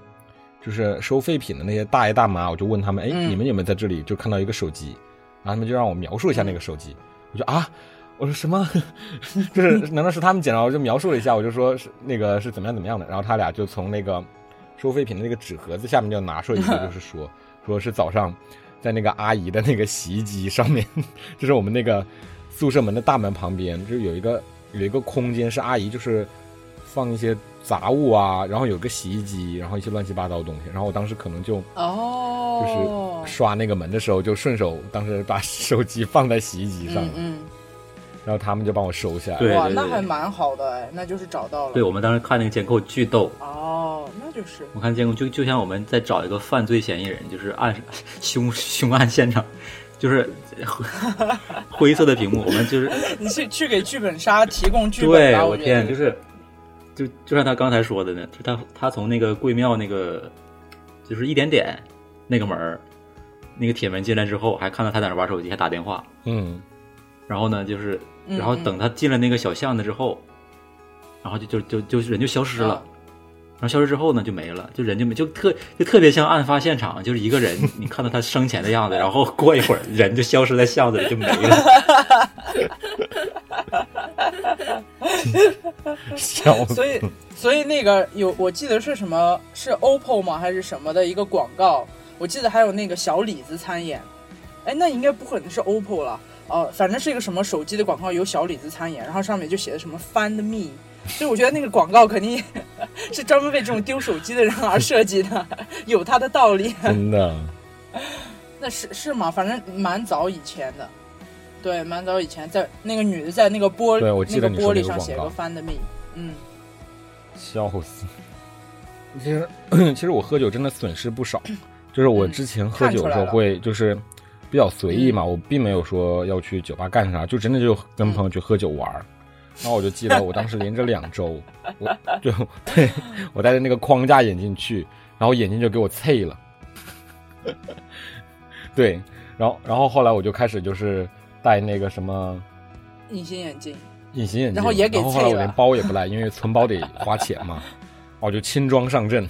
B: 就是收废品的那些大爷大妈，我就问他们，哎，
C: 嗯
B: 你们有没有在这里就看到一个手机？然后他们就让我描述一下那个手机，我就啊。我说什么？ 就是难道是他们捡到？我就描述了一下，我就说是那个是怎么样怎么样的。然后他俩就从那个收废品的那个纸盒子下面就拿出一个，就是说说是早上在那个阿姨的那个洗衣机上面，就是我们那个宿舍门的大门旁边，就是有一个有一个空间是阿姨就是放一些杂物啊，然后有个洗衣机，然后一些乱七八糟的东西。然后我当时可能就
C: 哦
B: 就，是刷那个门的时候，就顺手当时把手机放在洗衣机
C: 嗯
B: 上了，
C: 嗯，
B: 然后他们就帮我收下来。
A: 对
C: 哇，
A: 对
C: 那
A: 对
C: 还蛮好的哎，那就是找到了。
A: 对，我们当时看那个监控巨逗，
C: 哦，那就是
A: 我看监控就就像我们在找一个犯罪嫌疑人，就是暗 凶凶案现场，就是灰 灰色的 屏幕，我们就是
C: 你是去给剧本杀提供剧本
A: 对
C: 吧？，
A: 我
C: 觉
A: 天，
C: 得
A: 就是就就像他刚才说的呢，就他他从那个贵庙那个就是一点点那个门儿那个铁门进来之后，还看到他在那玩手机，还打电话，
B: 嗯，
A: 然后呢就是
C: 嗯
A: 然后等他进了那个小巷子之后，然后就就就就是人就消失了。
C: 啊
A: 然后消失之后呢，就没了，就人就没，就特就特别像案发现场，就是一个人， 你看到他生前的样子，然后过一会儿人就消失在巷子里就没 了。
B: 笑
C: 嗯
B: 死
C: 所以，所以那个有，我记得是什么？是 OPPO 吗？还是什么的一个广告？我记得还有那个小李子参演。哎，那应该不可能是 OPPO 了。哦、反正是一个什么手机的广告，有小李子参演，然后上面就写的什么 “Find me”，所以我觉得那个广告肯定 是专门为这种丢手机的人而设计的，有它的道理。
B: 真的。
C: 那是是吗？反正蛮早以前的，对，蛮早以前，在那个女的在那个玻璃
B: 对我记得
C: 那
B: 你
C: 个
B: 说
C: 玻
B: 那
C: 璃
B: 个
C: 上
B: 广
C: 写
B: 告
C: 个 “Find me”，嗯，
B: 笑死！其实 其实我喝酒真的损失不少，就是我之前喝酒的时候会就是比较随意嘛，我并没有说要去酒吧干啥，就真的就跟朋友去喝酒玩儿。然后我就记得我当时连着两周，我就对我戴着那个框架眼镜去，然后眼睛就给我碎了。对，然后然后后来我就开始就是戴那个什么
C: 隐形眼镜。
B: 隐形眼镜，
C: 然后也给
B: 然后后来
C: 退
B: 我
C: 了
B: 连包也不带，因为存包得花 钱嘛，我就轻装上阵，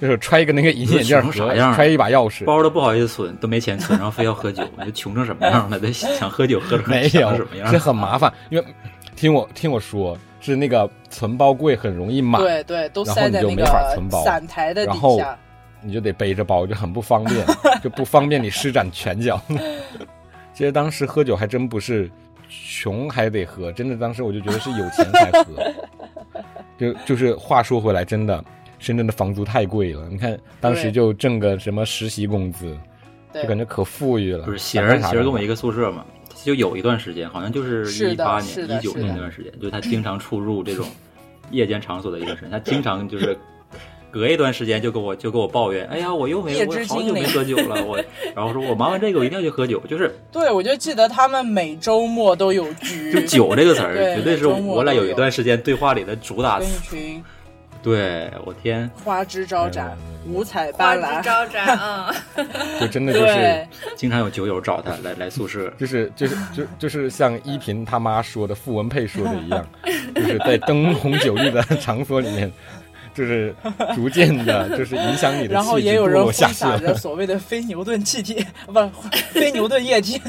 B: 就是揣一个那个隐形眼镜
A: 穷成
B: 盒
A: 啥样，啊
B: 揣一把钥匙，
A: 包都不好意思存，都没钱存，然后非要喝酒，我就穷成什么样了？都想喝酒喝成
B: 没
A: 想成什么
B: 有，
A: 样啊
B: 是？很麻烦，因为听我听我说，是那个存包柜很容易满，
C: 对对，都
B: 然
C: 塞
B: 后你
C: 在
B: 就
C: 那
B: 没
C: 个
B: 法存包
C: 散台的
B: 然
C: 底
B: 后
C: 下。
B: 你就得背着包，就很不方便，就不方便你施展拳脚。 其实当时喝酒还真不是穷还得喝，真的当时我就觉得是有钱才喝。 就就是话说回来，真的深圳的房租太贵了，你看当时
C: 对
B: 就挣个什么实习工资，
C: 对，
B: 就感觉可富裕了。
A: 不是喜
B: 想
A: 儿，
B: 干啥
A: 喜儿跟我
B: 干
A: 一个宿舍嘛，就有一段时间，好像就是
C: 是
A: 一
C: 的
A: 八
C: 是
A: 年、
C: 的
A: 一九
C: 是
A: 年
C: 的
A: 那段时间，就是他经常出入这种夜间场所的一段时间，他经常就是隔一段时间就跟我就跟我抱怨，哎呀，我又没
C: 夜
A: 我
C: 之
A: 好
C: 精
A: 久没
C: 灵
A: 喝酒了， 我然后说我忙完这个我一定要去喝酒，就是
C: 对，我就记得他们每周末都 有局，
A: 就酒这个词儿，
C: 对
A: 绝对是
C: 周末
A: 我俩
C: 都
A: 有一
C: 有
A: 段时间对话里的主打
C: 跟一
A: 词。
C: 群
A: 对，我天，
C: 花枝招展、五彩
D: 花
C: 斑斓。
D: 枝招 展啊！
B: 就真的就是，
C: 对，
A: 经常有酒友找他来来宿舍
B: 就是就是就就是像依萍他妈说的，傅文佩说的一样，就是在灯红酒绿的场所里面，就是逐渐的，就是影响你的
C: 然后
B: 气
C: 也
B: 质
C: 有
B: 堕
C: 人
B: 落
C: 挥
B: 下去
C: 洒着
B: 了。
C: 所谓的非牛顿气体，不，非牛顿液体。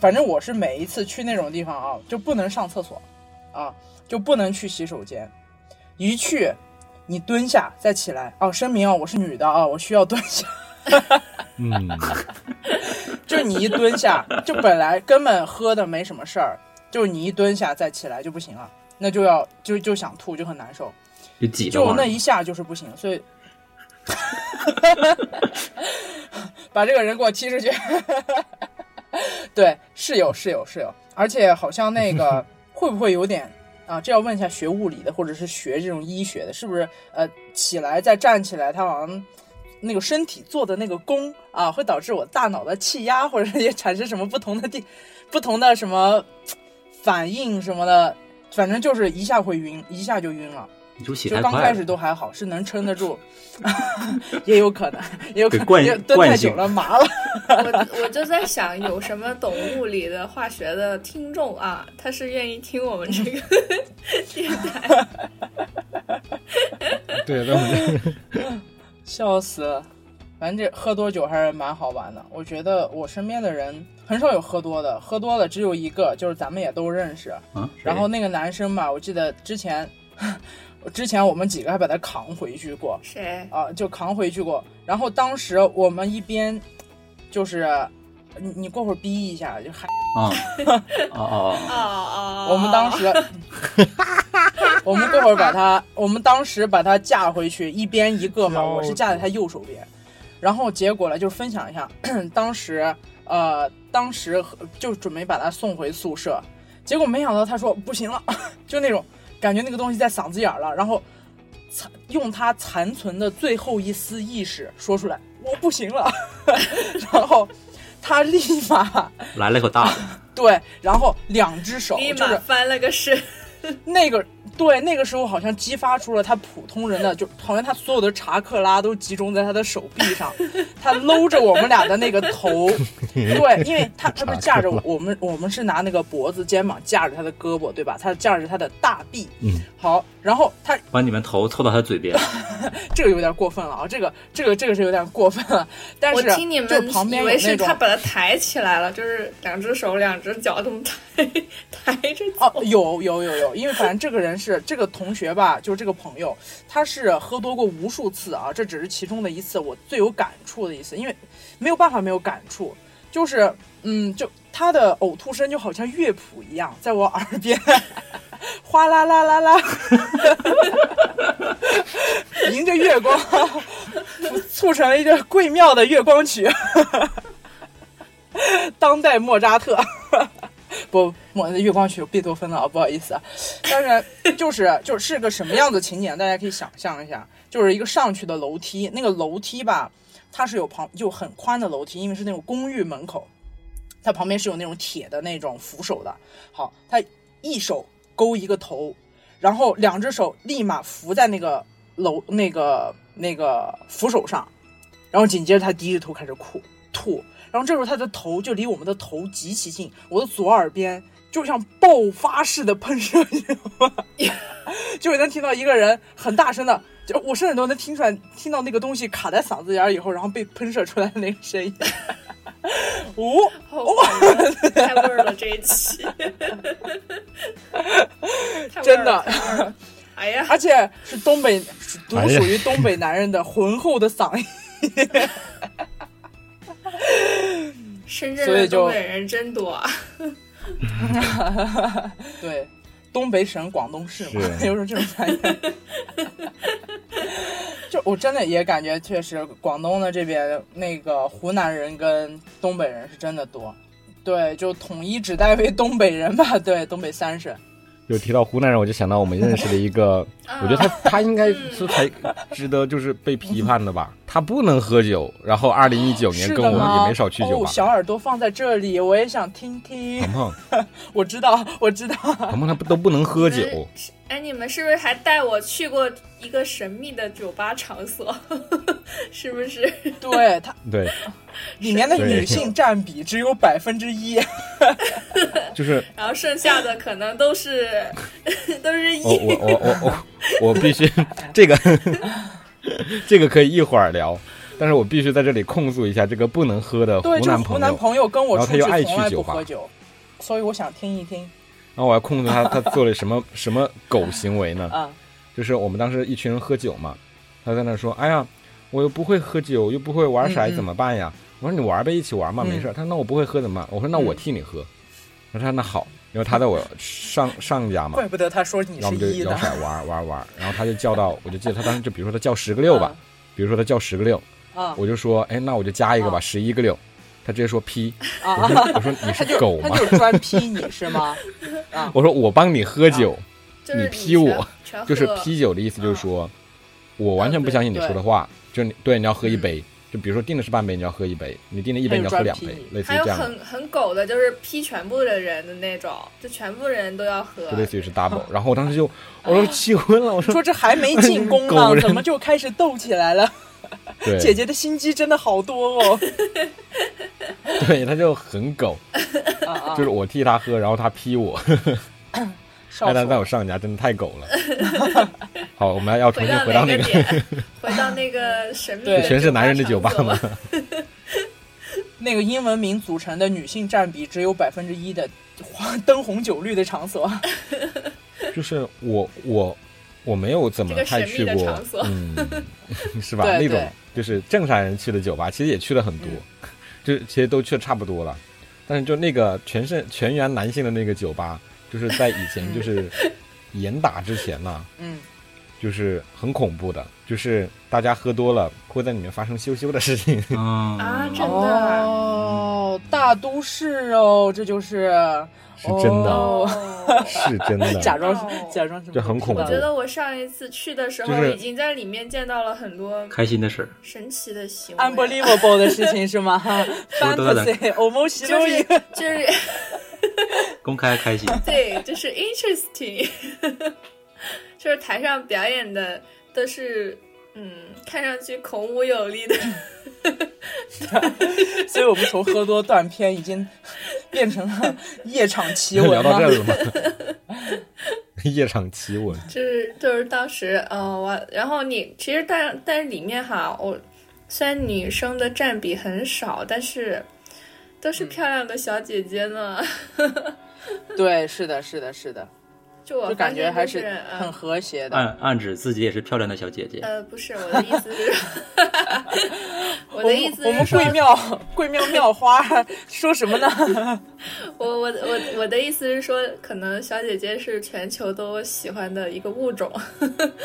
C: 反正我是每一次去那种地方啊，就不能上厕所，啊，就不能去洗手间，一去你蹲下再起来。哦，声明啊，我是女的啊，我需要蹲下。
B: 嗯，
C: 就是你一蹲下，就本来根本喝的没什么事儿，就是你一蹲下再起来就不行了，那就要就就想吐，就很难受，
A: 就挤着
C: 就
A: 往
C: 那一下就是不行，所以 把这个人给我踢出去。对，是有是有是有，而且好像那个会不会有点啊？这要问一下学物理的，或者是学这种医学的，是不是？呃，起来再站起来，他好像那个身体做的那个弓啊，会导致我大脑的气压，或者也产生什么不同的地、不同的什么嘖反应什么的，反正就是一下会晕，一下就晕了。
A: 你是不是写
C: 就
A: 太
C: 刚
A: 快
C: 开始
A: 了？
C: 都还好，是能撑得 住，也有可能，也有可
A: 对惯
C: 能也蹲太
A: 惯
C: 久
A: 性
C: 了麻了。
D: 我我就在想，有什么懂物理的、化学的听众啊，他是愿意听我们这个 电台。
B: 对，那我们
C: 笑死了。反正这喝多酒还是蛮好玩的。我觉得我身边的人很少有喝多的，喝多的只有一个，就是咱们也都认识。
A: 啊，
C: 然后那个男生吧，我记得之前，之前我们几个还把他扛回去过
D: 谁？
C: 啊、就扛回去过。然后当时我们一边就是，你你过会儿逼一下，就还
A: 啊啊啊
D: 啊 啊！
C: 我们当 时，我们过会儿把他，我们当时把他架回去，一边一个嘛，
B: 笑死
C: 我是架在他右手边，然后结果呢，就是分享一下， 当时呃，当时和就准备把他送回宿舍，结果没想到他说不行了， 就那种感觉那个东西在嗓子眼儿了，然后残用他残存的最后一丝意识说出来我不行了， 然后他立马
A: 啊！来了一口大的，
C: 对，然后两只手
D: 立
C: 就
D: 马
C: 是。
D: 翻了个身，
C: 那个对，那个时候好像激发出了他普通人的，就好像他所有的查克拉都集中在他的手臂上，他搂着我们俩的那个头，对，因为他他不是架着我我们，我们是拿那个脖子肩膀架着他的胳膊，对吧？他架着他的大臂，
B: 嗯，
C: 好，然后他
A: 把你们头凑到他嘴边，
C: 这个有点过分了啊，这个这个这个是有点过分了，但
D: 我
C: 是
D: 听你们
C: 就是旁边
D: 以
C: 有
D: 为
C: 那
D: 是
C: 种
D: 他把它抬起来了，就是两只手、两只脚这么抬 抬着走。
C: 哦，有有有有，因为反正这个人是这个同学吧，就是这个朋友，他是喝多过无数次啊，这只是其中的一次，我最有感触的一次，因为没有办法没有感触，就是嗯，就他的呕吐声就好像乐谱一样，在我耳边哗啦啦啦啦，迎着月光，促成了一个贵妙的月光曲，当代莫扎特。不，我的月光曲有贝多芬了啊，不好意思啊。当然，就是就是个什么样的情景，大家可以想象一下，就是一个上去的楼梯，那个楼梯吧，它是有旁就很宽的楼梯，因为是那种公寓门口，它旁边是有那种铁的那种扶手的。好，他一手勾一个头，然后两只手立马扶在那个楼那个那个扶手上，然后紧接着他低着头开始哭吐，然后这时候他的头就离我们的头极其近，我的左耳边就像爆发式的喷射，你知道吗？ 就能听到一个人很大声的，就我甚至都能听出来，听到那个东西卡在嗓子眼儿以后，然后被喷射出来的那个声音。 哦，
D: 好烦啊太味儿了这一 期，太味儿了
C: 真的
D: 太味儿了哎呀，
C: 而且是东北，属独
B: 哎呀
C: 属于东北男人的浑厚的嗓音。
D: 深圳
C: 所以
D: 的
C: 就
D: 东北人真多啊，
C: 对，东北省广东市嘛，
B: 是
C: 有种这种反应。就我真的也感觉，确实广东的这边那个湖南人跟东北人是真的多。对，就统一指代为东北人吧。对，东北三省。
B: 有提到湖南人，我就想到我们认识的一个，我觉得他他应该是才值得就是被批判的吧。他不能喝酒，然后二零一九年
C: 是
B: 跟
C: 的
B: 我们
C: 吗？
B: 也没少去酒
C: 哦，
B: 吧。
C: 小耳朵放在这里，我也想听听
B: 鹏。鹏，
C: 我知道，我知道。
B: 鹏鹏他不都不能喝酒，
D: 哎，你们是不是还带我去过一个神秘的酒吧场所？ 是不是？
C: 对它
B: 对，
C: 里面的
B: 对
C: 女性占比只有百分之一。
B: 就是
D: 然后剩下的可能都是 都是
B: 我
D: 一
B: 哦我我我我我必须这个 这个可以一会儿聊，但是我必须在这里控诉一下这个不能喝的湖
C: 对，这
B: 南
C: 个湖
B: 朋
C: 南
B: 友。
C: 朋友跟我
B: 然后
C: 出
B: 他
C: 去
B: 又爱
C: 从
B: 去
C: 来
B: 酒
C: 不
B: 吧
C: 喝酒，所以我想听一听
B: 然后我要控诉他，他做了什么什么狗行为呢？
C: 啊。
B: 就是我们当时一群人喝酒嘛，他在那说：“哎呀，我又不会喝酒，又不会玩
C: 嗯
B: 骰，
C: 嗯
B: 怎么办呀？”我说：“你玩呗，一起玩嘛，
C: 嗯
B: 没事儿。”他说：“那我不会喝怎么办？”我说：“那我替你喝。”他说：“那好。”因为他在我上上家嘛，
C: 怪不得他说你
B: 然后我
C: 是
B: 们就
C: 一
B: 摇
C: 的，
B: 骰玩玩玩，然后他就叫到，我就记得他当时就比如说他叫十个六吧
C: 嗯，
B: 比如说他叫十个六，
C: 啊
B: 我就说，哎，那我就加一个吧，
C: 嗯
B: 十一个六。他直接说 P，
C: 啊
B: 我
C: 啊！
B: 说我说你
C: 他
B: 是
C: 就
B: 狗
C: 他
B: 吗？
C: 就专批你是 吗？啊，
B: 我说我帮你喝酒，
D: 就是
B: 你
D: 你
B: 批我
D: 全，全
B: 就是
D: 喝
C: 啊嗯
B: 批酒的意思就是说，我完全不相信你说的话，就你对你要喝一杯，就比如说定的是半杯，你要喝一杯；你定的一杯，你要喝两杯
C: 还有专，批
B: 类似
D: 还
B: 于
D: 有
B: 这样的，
D: 很很狗的，就是批全部的人的那种，就全部人都要喝
B: 就。类似于是 double。然后我当时就我说气昏了，我
C: 啊
B: 说
C: 说这还没进攻
B: 狗
C: 呢，
B: 人
C: 怎么就开始斗起来了？
B: 对，
C: 姐姐的心机真的好多 哦。
B: 对，他就很狗，
C: 啊啊
B: 就是我替他喝，然后他批我，
C: 少
B: 艾
C: 妇
B: 丹在我上家真的太狗了。 好，我们要重
D: 回
B: 新
D: 到
B: 回到那
D: 个
B: 个，
D: 点，回到那个神秘
C: 对
D: 的
C: 就
B: 全是男人的酒吧
D: 场所
B: 吗？
C: 那个英文名组成的女性占比只有百分之一的花灯红酒绿的场所，
B: 就是我我我没有怎么
D: 这个神
B: 太
D: 秘
B: 去
D: 的
B: 过
D: 场所，
B: 嗯， 是吧？
C: 对
B: 那种
C: 对
B: 就是正常人去的酒吧，其实也去了很多，
D: 嗯
B: 就其实都去的差不多了。但是就那个全是全员男性的那个酒吧，就是在以前
C: 嗯
B: 就是严打之前呢、
C: 嗯，
B: 就是很恐怖的，就是大家喝多了会在里面发生羞羞的事情。
A: 嗯
D: 啊真的
C: 哦，大都市哦，这就是
B: 是真的
D: 哦
B: 是真的，
C: 假装、
D: 哦
C: 假装什么
B: 这很恐怖
D: 我觉得我上一次去的时
B: 就
D: 候，
B: 是
D: 已经在里面见到了很多
A: 开心的事儿，
D: 神奇的行为。
C: unbelievable 的事情是 吗
A: 都都在
C: ？fantasy 我们其
D: 就
C: 中一
D: 是
C: 个
D: 就是
A: 公开开心。
D: 对，就是 interesting，就是台上表演的都是嗯，看上去孔武有力的，
C: 所以我们从喝多断片已经变成了夜 场奇闻
B: 聊到
C: 吗
B: 这儿了吗？ 夜场奇闻，
D: 就是就是当时嗯、呃我然后你其实但但是里面哈，我虽然女生的占比很少，但是都
C: 嗯
D: 是漂亮的小姐姐呢，
C: 对，是的，是的，是的，
D: 就我
C: 就
D: 发
C: 感觉
D: 现
C: 还
D: 就是嗯
C: 很和谐的。
A: 暗暗指自己也是漂亮的小姐姐，
D: 呃，不是我的意思是， 我的意思
C: 我们
D: 是说
C: 贵，庙贵庙庙花说什么呢？
D: 我我我我的意思是说，可能小姐姐是全球都喜欢的一个物种，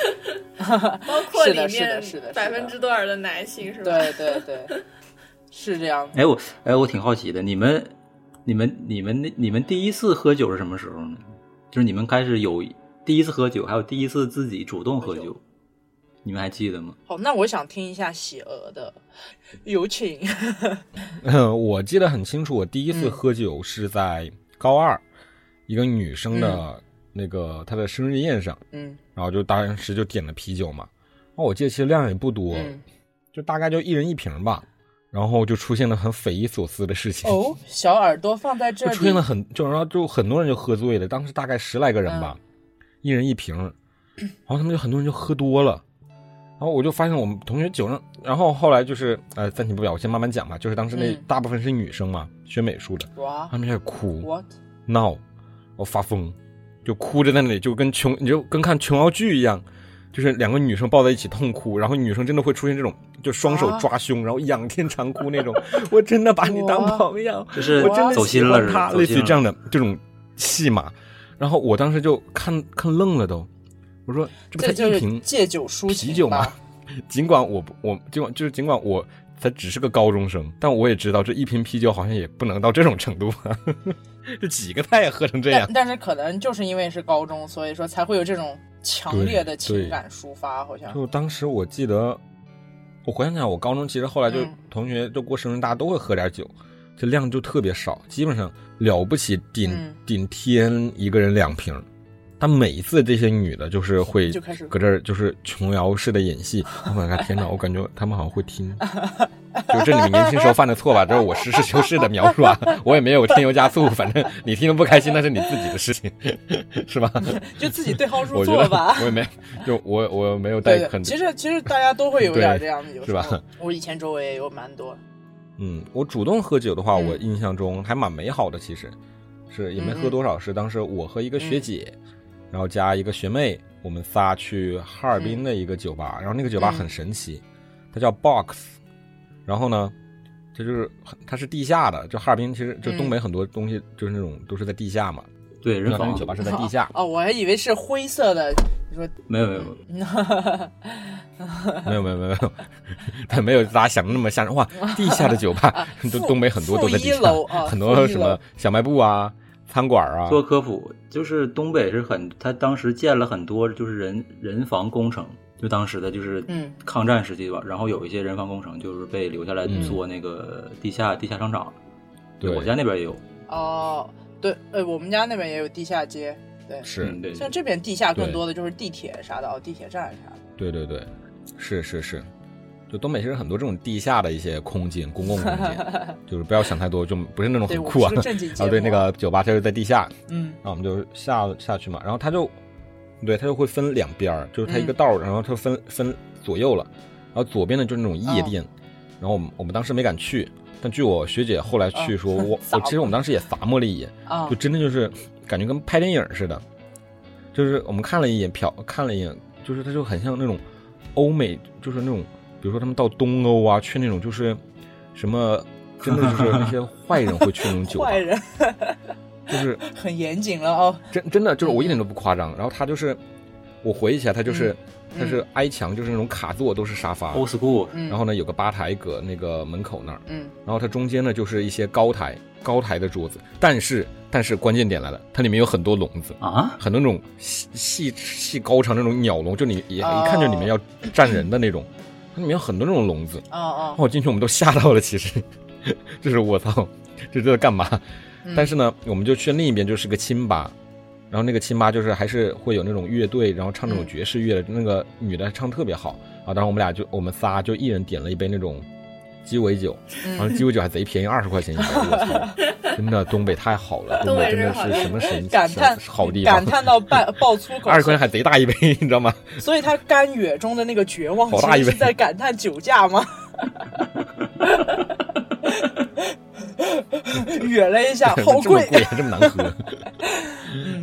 D: 包括
C: 是
D: 里
C: 的是的
D: 面
C: 是的是的
D: 百分之多少的男性是吧？
C: 对对对，是这样。
A: 哎，我哎，我挺好奇的，你们、你们、你们、那你们第一次喝酒是什么时候呢？就是你们开始有第一次喝酒，还有第一次自己主动喝
C: 喝
A: 酒，你们还记得吗？
C: 好，那我想听一下喜鹅的，有请。
B: 我记得很清楚，我第一次
C: 嗯
B: 喝酒是在高二，一个女生的那个她的生日宴上，
C: 嗯
B: 然后就当时就点了啤酒嘛。那我记得其实量也不多，
C: 嗯，
B: 就大概就一人一瓶吧。然后就出现了很匪夷所思的事情，
C: 哦，小耳朵放在这
B: 就出现了
C: 里，
B: 很就然后就很多人就喝醉了，当时大概十来个人吧，
C: 嗯
B: 一人一瓶， 然后他们就很多人就喝多了，然后我就发现我们同学酒上，然后后来就是呃暂停不表，我先慢慢讲吧，就是当时那
C: 嗯哦
B: 大部分是女生嘛，学美术的，
C: 哇
B: 他们开始哭
C: ，what？
B: 闹，我发疯，就哭着在那里，就跟琼你就跟看琼瑶剧一样。就是两个女生抱在一起痛哭，然后女生真的会出现这种，就双手
C: 啊
B: 抓胸，然后仰天长哭那种。我真的把你当
C: 哇
B: 朋友，
A: 就是
B: 我真的
A: 走
B: 喜
A: 心了是
B: 欢他，
A: 吧，
B: 类似于这
A: 样。
B: 样的这种戏码。然后我当时就看看愣了都，我说这不
C: 这
B: 才
C: 就
B: 一
C: 是
B: 瓶
C: 借酒抒情
B: 啤酒吗
C: 吧？？
B: 尽管我不我尽管就是尽管我才只是个高中生，但我也知道这一瓶啤酒好像也不能到这种程度吧， 这几个菜喝成这样
C: 但。但是可能就是因为是高中，所以说才会有这种强烈的情感抒发，好像。
B: 就当时我记得，我回想起来，我高中其实后来就
C: 嗯
B: 同学就过生日，大家都会喝点酒，这量就特别少，基本上了不起顶、
C: 嗯
B: 顶天一个人两瓶。但每一次这些女的，就是会
C: 就开始
B: 搁这儿就是琼瑶式的演戏。我感觉天哪，我感觉他们好像会听，就这里面年轻时候犯的错吧，这是我实事求是的描述啊， 我也没有添油加醋，反正你听得不开心那是你自己的事情， 是吧？
C: 就自己对号入
B: 我觉
C: 座
B: 得。
C: 吧
B: 我也没，就我我没有带
C: 对对，
B: 很，
C: 其实其实大家都会有点这样的，有
B: 是
C: 时
B: 吧
C: 候我以前周围也有蛮多，
B: 嗯，我主动喝酒的话，
C: 嗯
B: 我印象中还蛮美好的，其实是也没喝多少，是当时我和一个
C: 嗯
B: 学姐，然后加一个学妹，我们仨去哈尔
C: 嗯
B: 滨的一个酒吧，然后那个酒吧很神奇，它叫 Box，然后呢。它就是它是地下的，就哈尔滨其实就
C: 嗯
B: 东北很多东西就是那种都是在地下嘛，
A: 对，人
B: 然后那
A: 防
B: 个酒吧是在地下，
C: 哦，我还以为是灰色的， 你说
A: 没有没有没有，
B: 没有没有没有没 有，但没有大家想的那么吓 人哇！地下的酒吧
C: 负，
B: 都东北很多都在地
C: 啊负一
B: 下
C: 楼啊，
B: 很
C: 负一
B: 多
C: 楼
B: 什么小卖部啊、餐馆啊，
A: 做科普，就是东北是很，他当时建了很多就是人人防工程，就当时的就是
C: 嗯
A: 抗战时期吧，然后有一些人防工程就是被留下来
B: 嗯
A: 做那个地下、地下商场，
B: 对
A: 我家那边也有，
C: 哦，对，呃，我们家那边也有地下街，对，
B: 是
A: 嗯，对，
C: 像这边地下更
B: 对
C: 多的就是地铁啥的，哦，地铁站啥的。
B: 对对对，是是是，就东北其实很多这种地下的一些空间，公共空 间，就是不要想太多，就不是那种
C: 对，
B: 很
C: 我
B: 酷
C: 们
B: 啊
C: 是个。正经节目。
B: 啊，对，那，个酒吧它是在地下，
C: 嗯，
B: 然后我们就下下去嘛，然后它就，对，它就会分两边儿，就是它
C: 嗯
B: 一个道儿，然后它分分左右了，然后左边呢就是那种夜
C: 哦
B: 店，然后我们我们当时没敢去，但据我学姐后来
C: 哦
B: 去 说，我
C: 撒
B: 我其实我们当时也罚摸了一眼，
C: 啊
B: 就，真的就是感觉跟拍电影似的，就是我们看了一眼瞟看了一眼，就是它就很像那种欧美，就是那种比如说他们到东欧啊去那种就是什么，真的就是那些坏人会去那种酒吧
C: 坏，人
B: 就是
C: 很严谨了哦。
B: 真真的就是我一点都不夸张。然后他就是我回忆起来，他就是、他是挨墙，就是那种卡座都是沙发，
A: old school，
C: 嗯，
B: 然后呢有个吧台搁那个门口那儿，
C: 嗯，
B: 然后它中间呢就是一些高台高台的桌子，但是但是关键点来了，它里面有很多笼子。
A: 啊，
B: 很多那种细细细高长那种鸟笼，就你也
C: 哦
B: 一看就里面要站人的那种，它里面有很多那种笼子。
C: 哦哦
B: 然，后进去我们都吓到了，其实 就是我操，这是在干嘛？
C: 嗯
B: 但是呢，我们就去另一边，就是个清吧，然后那个清吧就是还是会有那种乐队，然后唱那种
C: 嗯
B: 爵士乐的，那个女的唱特别好啊。然后我们俩就我们仨就一人点了一杯那种鸡尾酒，然后
C: 嗯，
B: 鸡尾酒还贼便宜，二十块钱一杯，我操，真的东北太好 了，东
D: 东
B: 北
D: 北
B: 真的
D: 人好
B: 是什么神
C: 感叹
B: 神好地
C: 感
B: 方。
C: 叹到爆爆粗口
B: 二十，块钱还贼大 一杯，你知道吗？
C: 所以他干哕中的那个绝望，
B: 好大
C: 其
B: 一
C: 实
B: 位
C: 是在感叹酒驾 吗？ 哕了一下，
B: 怎
C: 好
B: 么这么
C: 贵。嗯
B: 贵，这么难喝。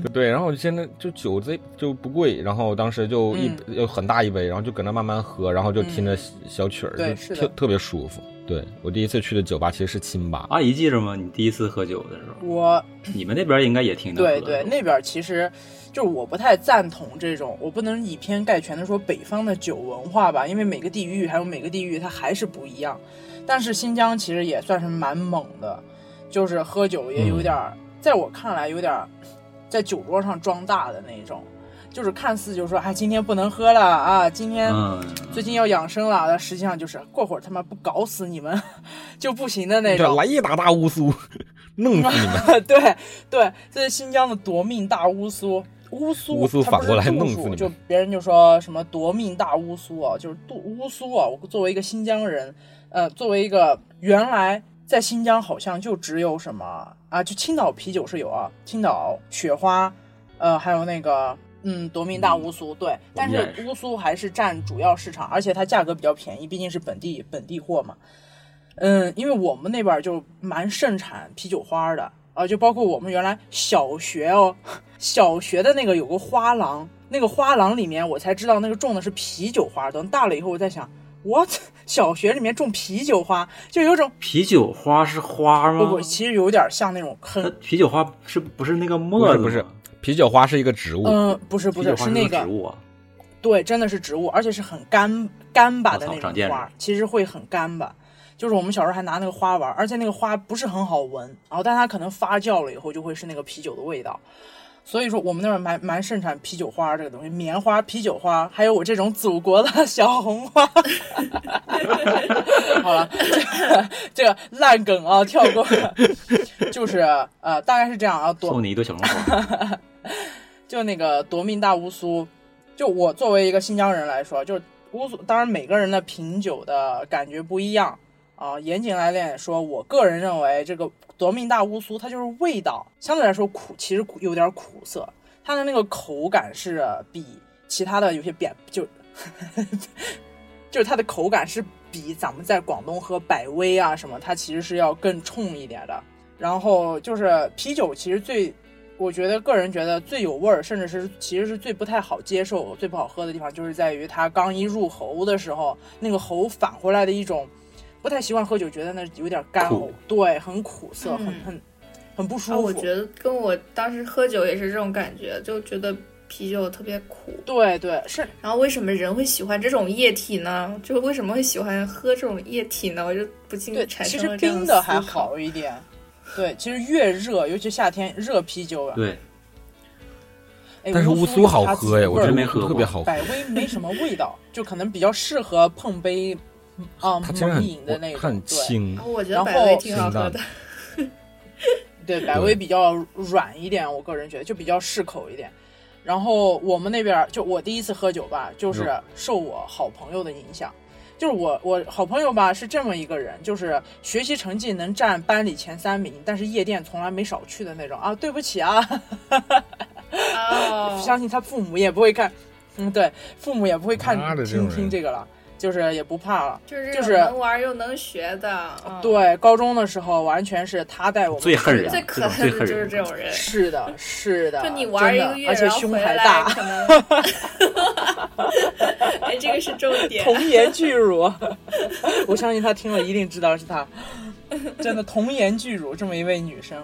B: 对，然后现在就酒贼就不贵，然后当时就一、
C: 嗯
B: 有很大一杯，然后就搁那慢慢喝，然后就听着小曲儿，
C: 对
B: 就是特
C: 的
B: 特别舒服。对我第一次去的酒吧其实是清吧，
A: 阿姨记着吗？你第一次喝酒的时 候，
C: 我
A: 你们那边应该也挺能喝
C: 对
A: 的
C: 对，那边儿其实就是我不太赞同这种，我不能以偏概全的说北方的酒文化吧，因为每个地域还有每个地域它还是不一样。但是新疆其实也算是蛮猛的，就是喝酒也有点儿，在我看来有点儿在酒桌上装大的那种，就是看似就说啊今天不能喝了啊，今天
A: 嗯，
C: 最近要养生了，啊但实际上就是过会儿他妈不搞死你们 就不行的那
B: 对，
C: 种。
B: 来一打大乌苏， 弄死你 们！
C: 对对，这是新疆的夺命大乌苏，乌苏
B: 乌苏
C: 它
B: 反
C: 不是
B: 过来
C: 杜
B: 弄死
C: 甫
B: 你
C: 就
B: 们
C: 别人就说什么夺命大乌苏啊，就是杜乌苏啊。我作为一个新疆人，呃，作为一个原来在新疆好像就只有什么啊，就青岛啤酒是有啊，青岛雪花，呃，还有那个。嗯，夺命大乌苏对，但
A: 们家
C: 是
A: 也是
C: 乌苏还是占主要市场，而且它价格比较便宜，毕竟是本地本地货嘛。嗯，因为我们那边儿就蛮盛产啤酒花儿的啊，就包括我们原来小学哦，小学的那个有个花廊，那个花廊里面我才知道那个种的是啤酒花儿。等大了以后，我在想，what？小学里面种啤酒花，就有种
A: 啤酒花是花
C: 不
A: 吗
C: 不，？其实有点像那种
A: 它
C: 很，
A: 啤酒花是不是那个
B: 不
A: 沫
B: 是
A: 子？
B: 不是，啤酒花是一个植物，
C: 嗯、不是
A: 啤
C: 不
A: 酒
C: 是
A: 花
C: 是那
A: 是
C: 个
A: 植物啊。
C: 对，真的是植物，而且是很干干巴的
A: 我操
C: 那
A: 长见
C: 种
A: 识
C: 花儿，其实会很干巴。就是我们小时候还拿那个花玩儿，而且那个花不是很好闻，然后但它可能发酵了以后就会是那个啤酒的味道。所以说我们那儿蛮蛮盛产啤酒花儿这个东西，棉花、啤酒花，还有我这种祖国的 小红花。好了，这个这个烂梗啊，跳过。 就是呃，大概是这样啊，多
A: 送你一朵小龙花，
C: 就那个夺命大乌苏，就我作为一个新疆人来说，就是乌苏，当然每个人的品酒的感觉不一样啊。严谨来点说，我个人认为这个夺命大乌苏它就是味道相对来说苦，其实苦有点苦涩，它的那个口感是比其他的有些扁就。 就是它的口感是比咱们在广东喝百威啊什么，它其实是要更冲一点的。然后就是啤酒，其实最我觉得个人觉得最有味儿，甚至是其实是最不太好接受、最不好喝的地方，就是在于它刚一入喉的时候，那个喉返回来的一种不太习惯喝酒，觉得那有点干
A: 苦
C: 喉，对，很苦涩，很
D: 嗯
C: 很很不舒
D: 啊，
C: 服。
D: 我觉得跟我当时喝酒也是这种感觉，就觉得啤酒特别苦。
C: 对对是，
D: 然后为什么人会喜欢这种液体呢？就是为什么会喜欢喝这种液体呢？我就不禁
C: 对，
D: 嗯产
C: 其
D: 生了
C: 实
D: 这样
C: 冰
D: 的
C: 的
D: 思
C: 还
D: 考。
C: 好一点。对，其实越热，尤其夏天热啤酒啊，
A: 对，
C: 哎，
B: 但是乌苏
C: 有
B: 好
C: 它自己
B: 喝
C: 的味
B: 呀，我
C: 儿
B: 真
A: 真
B: 没
A: 没喝
B: 特
A: 过
B: 别好喝。
C: 百威没什么味道，就可能比较适合碰杯啊
B: 它其实
C: 猛
B: 很
C: 饮的那
B: 我
C: 种。
B: 很
C: 对
B: 轻，
D: 我觉
C: 然
D: 得
C: 后
D: 百威挺好喝
B: 清
D: 的
B: 淡，
C: 对，百威比较软一点，我个人觉得就比较适口一点。然后我们那边儿就我第一次喝酒吧，就是
B: 嗯
C: 受我好朋友的影响，就是我我好朋友吧是这么一个人，就是学习成绩能占班里前三名，但是夜店从来没少去的那种啊。对不起啊，
D: 哦，
C: 相信他父母也不会看， 嗯，对，父母也不会看
B: 妈的这种
C: 听听
B: 人
C: 这个了，就是也不怕了。
D: 就是
C: 就
D: 这
C: 是
D: 种能玩又能学的，嗯，
C: 对，高中的时候完全是他带我们
A: 最
C: 去
A: 恨人
C: 的
D: 最可恨的就是这种人，
C: 是的，是的，
D: 就你玩一
C: 真
D: 个
C: 的
D: 月，
C: 而且
D: 然后
C: 胸
D: 回
C: 还
D: 来
C: 大，
D: 可 能，哎，这个是重点，
C: 童颜巨乳。我相信他听了一定知道是他，真的童颜巨乳这么一位女生，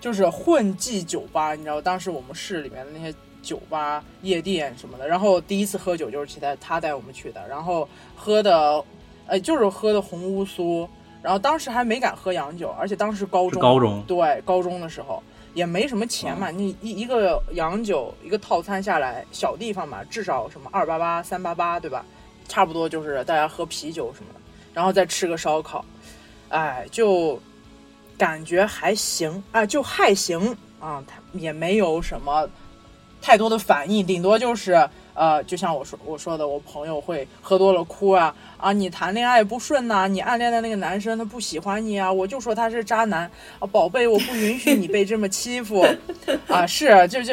C: 就是混迹酒吧，你知道当时我们市里面的那些酒吧、夜店什么的，然后第一次喝酒就是他他带我们去的，然后喝的，呃，就是喝的红乌苏，然后当时还没敢喝洋酒，而且当时高
A: 是
C: 中
A: 高中嗯
C: 对，高中的时候也没什么钱嘛，你一一个洋酒一个套餐下来，小地方嘛，至少什么二八八、三八八，对吧？差不多就是大家喝啤酒什么的，然后再吃个烧烤，哎，就感觉还行啊，就还行啊，它也没有什么太多的反应，顶多就是呃，就像我说我说的，我朋友会喝多了哭啊啊，你谈恋爱不顺呐、你暗恋的那个男生他不喜欢你啊，我就说他是渣男啊，宝贝，我不允许你被这么欺负啊，是就就。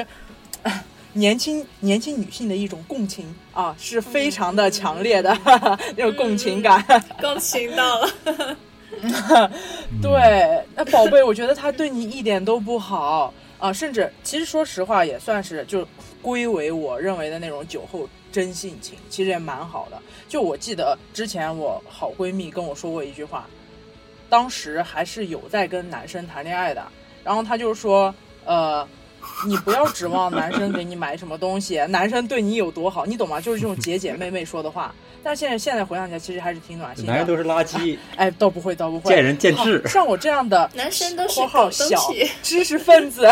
C: 唉年轻年轻女性的一种共情啊，是非常的强烈的 那种共情感。
D: 更情到了，
C: 对，那宝贝，我觉得他对你一点都不好啊，甚至其实说实话，也算是就归为我认为的那种酒后真性情，其实也蛮好的。就我记得之前我好闺蜜跟我说过一句话，当时还是有在跟男生谈恋爱的，然后她就说，呃。你不要指望男生给你买什么东西，男生对你有多好，你懂吗？就是这种姐姐妹妹说的话。但是现在现在回想起来，其实还是挺暖心的。
A: 男人都是垃圾，
C: 哎，倒不会，倒不会，
A: 见仁见智
C: 好。像我这样的
D: 男生都是
C: 括
D: 狗
C: 号
D: 东
C: 小
D: 西
C: 知识分子，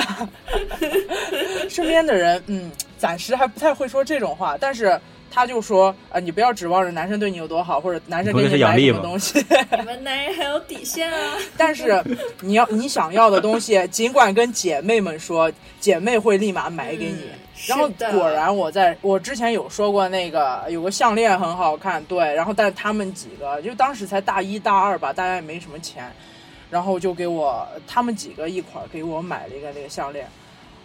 C: 身边的人，嗯，暂时还不太会说这种话，但是他就说，呃，你不要指望着男生对你有多好，或者男生给
A: 你不会是
C: 你
A: 杨
C: 买
A: 笠
C: 什么
A: 吗
C: 东西，
D: 你们男人还有底线啊，
C: 但是你要你想要的东西，尽管跟姐妹们说，姐妹会立马买给你。
D: 嗯
C: 然后
D: 是的
C: 果然，我在我之前有说过那个有个项链很好看，对，然后但他们几个就当时才大一大二吧，大家也没什么钱，然后就给我他们几个一块儿给我买了一个那个项链，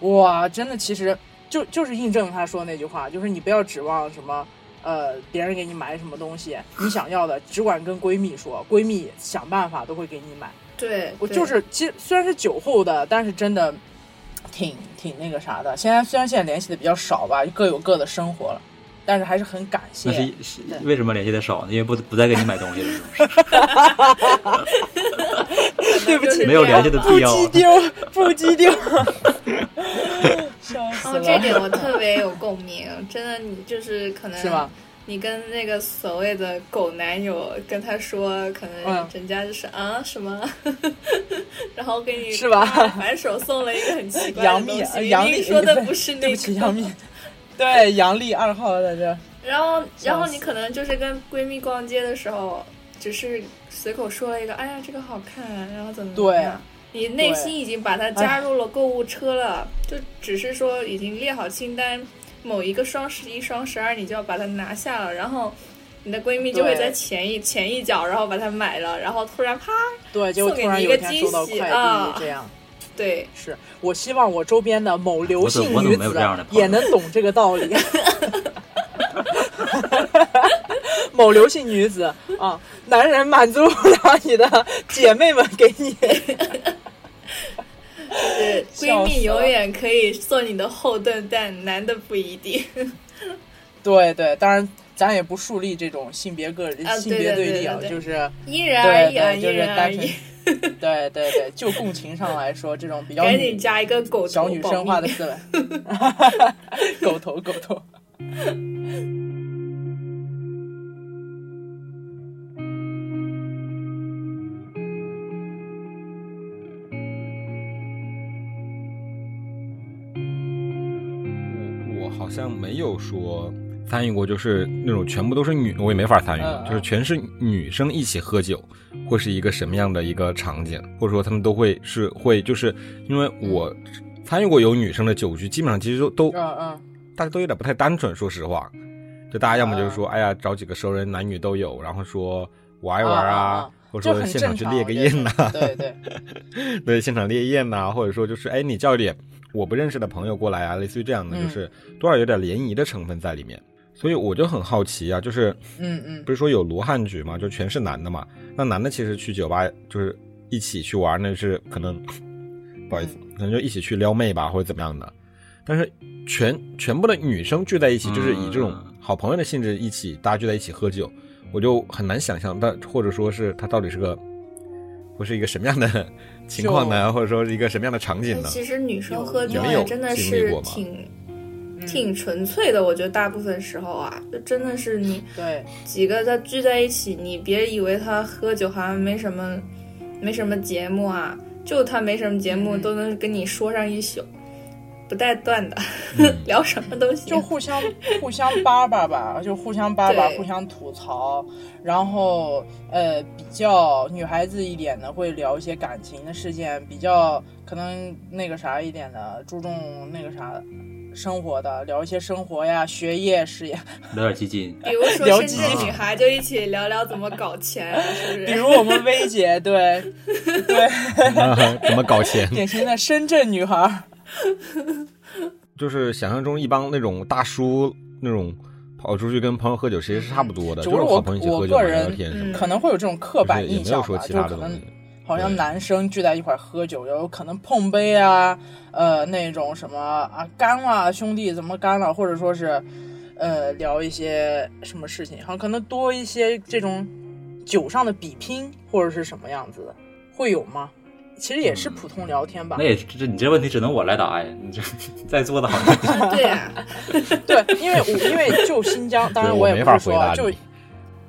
C: 哇，真的其实就就是印证他说那句话，就是你不要指望什么。呃，别人给你买什么东西，你想要的只管跟闺蜜说，闺蜜想办法都会给你买。
D: 对哦
C: 我就是，其实虽然是酒后的，但是真的挺挺那个啥的。现在虽然现在联系的比较少吧，各有各的生活了，但是还是很感
A: 那是
C: 谢。
A: 是
C: 对
A: 为什么联系的少呢？因为不不再给你买东西了，是不是
C: 对不 起，
A: 没有联系的
C: 不
A: 必要。啊
C: 激丢，不激丢， 笑死
D: 哦，这
C: 了，
D: 点我特别有共鸣，真的，你就是可能
C: 是吧？
D: 你跟那个所谓的狗男友跟他说，可
C: 嗯
D: 能人家就是、啊什么， 然后给你
C: 是吧
D: 啊反手送了一个很奇怪
C: 杨
D: 的
C: 幂
D: 东西，，
C: 杨
D: 明
C: 幂
D: 明说的不是那个，
C: 对不起，杨幂， 对杨丽二号在这，
D: 然后，然
C: 笑
D: 后你
C: 死
D: 可能就是跟闺蜜逛街的时候，只是随口说了一个“哎呀，这个好看”，然后怎么怎么样，你内心已经把它加入了购物车了，就只是说已经列好清单，某一个双十一、双十二你就要把它拿下了，然后你的闺蜜就会
C: 对
D: 在前一 前一脚，然后把它买了，然后突然啪，
C: 对，结果突
D: 送给
C: 然
D: 你一
C: 有
D: 个
C: 一天收到
D: 惊喜
C: 快
D: 啊
C: 递，这样。
D: 对，
C: 是我希望我周边的某刘姓
A: 我怎
C: 女
A: 我怎么没有
C: 子
A: 这样的朋友
C: 也能懂这个道理。某刘姓女子啊，男人满足不了你的，姐妹们给你。
D: 就是闺
C: 笑
D: 蜜
C: 死了
D: 永远可以做你的后盾，但男的不一定。
C: 对对，当然咱也不树立这种性别个人、
D: 啊
C: 性别
D: 对对
C: 立啊，
D: 对对对
C: 就是
D: 因人而
C: 对
D: 异啊，
C: 对，
D: 因
C: 就是
D: 人而
C: 单纯
D: 异。。
C: 对对对，就共情上来说，这种比较
D: 赶
C: 女
D: 紧加一个狗
C: 小
D: 头
C: 女
D: 保
C: 生化
D: 密
C: 的思维， 狗头狗头。
B: 我像没有说参与过，就是那种全部都是女，我也没法参与，
C: 嗯嗯
B: 就是全是女生一起喝酒，会是一个什么样的一个场景，或者说他们都会是会，就是因为我参与过有女生的酒局，基本上其实都都
C: 嗯嗯，
B: 大家都有点不太单纯，说实话，就大家要么就是说，哎呀，找几个熟人，男女都有，然后说玩一玩
C: 啊
B: 啊
C: 啊，
B: 或者
C: 就
B: 说
C: 很
B: 现
C: 正
B: 场去
C: 常。
B: 猎个艳呐、
C: 我觉得对对，
B: 对，现场烈焰呐、或者说就是哎，你叫一点我不认识的朋友过来啊，类似于这样的，
C: 嗯
B: 就是多少有点联谊的成分在里面。所以我就很好奇啊，就是
C: 嗯嗯，
B: 不是说有罗汉局嘛，就全是男的嘛？那男的其实去酒吧就是一起去玩，那是可能不好意思，可能就一起去撩妹吧，或者怎么样的。但是全全部的女生聚在一起，就是以这种
A: 嗯
B: 好朋友的性质一起，大家聚在一起喝酒，我就很难想象，但或者说是它到底是个，会是一个什么 样的情况呢？或者说是一个什么样的场景
D: 但
B: 呢？
D: 哎其实女生
C: 有
D: 喝
C: 你
D: 酒
C: 们
D: 也
B: 有
D: 真的
B: 经历
D: 是
B: 过吗
D: 挺嗯
C: 嗯
D: 挺纯粹的，我觉得大部分时候啊，就真的是你
C: 对，
D: 几个在聚在一起，你别以为他喝酒好像没什么没什么节目啊，就他没什么节目
C: 嗯
D: 都能跟你说上一宿，不带断的，
C: 嗯
D: 聊什么都行
C: 就。互相互相叭叭吧，就互相叭叭，
D: 对
C: 互相吐槽，然后呃，比较女孩子一点的会聊一些感情的事件，比较可能那个啥一点的注重那个啥生活的，聊一些生活呀、学业、事业。
A: 聊点激进，
D: 比如说
C: 聊
D: 深
C: 几
D: 圳女孩就一起聊聊怎么搞钱，啊是不
C: 比
D: 是？
C: 如我们薇姐，对 对，
B: 啊怎么搞钱？
C: 典型的深圳女孩儿。
B: 就是想象中一帮那种大叔那种跑出去跟朋友喝酒，其实是差不多的，
C: 只
B: 就
C: 不
B: 是
C: 过
B: 好朋友一起
C: 我
B: 喝酒嘛
C: 我个人嗯
B: 聊天什么的，
C: 可能会有这种刻板
B: 就是也
C: 印
B: 没
C: 象
B: 有
C: 吧，
B: 说其
C: 就
B: 他的
C: 可
B: 东
C: 能
B: 西。
C: 好像
B: 对
C: 男生聚在一块儿喝酒，有可能碰杯啊，呃，那种什么啊干了兄弟怎么干了，或者说是，呃，聊一些什么事情，好像可能多一些这种酒上的比拼或者是什么样子的，会有吗？其实也
B: 嗯
C: 是普通聊天吧
A: 那，也是这你这问题只能我来答呀，你这你在座的好 像
D: 对啊，
C: 对，因为我因为就新 疆，当
B: 对
C: 然
B: 我
C: 也
B: 没
C: 不
B: 法
C: 是
B: 回
C: 说啊
B: 答
C: 就
B: 你。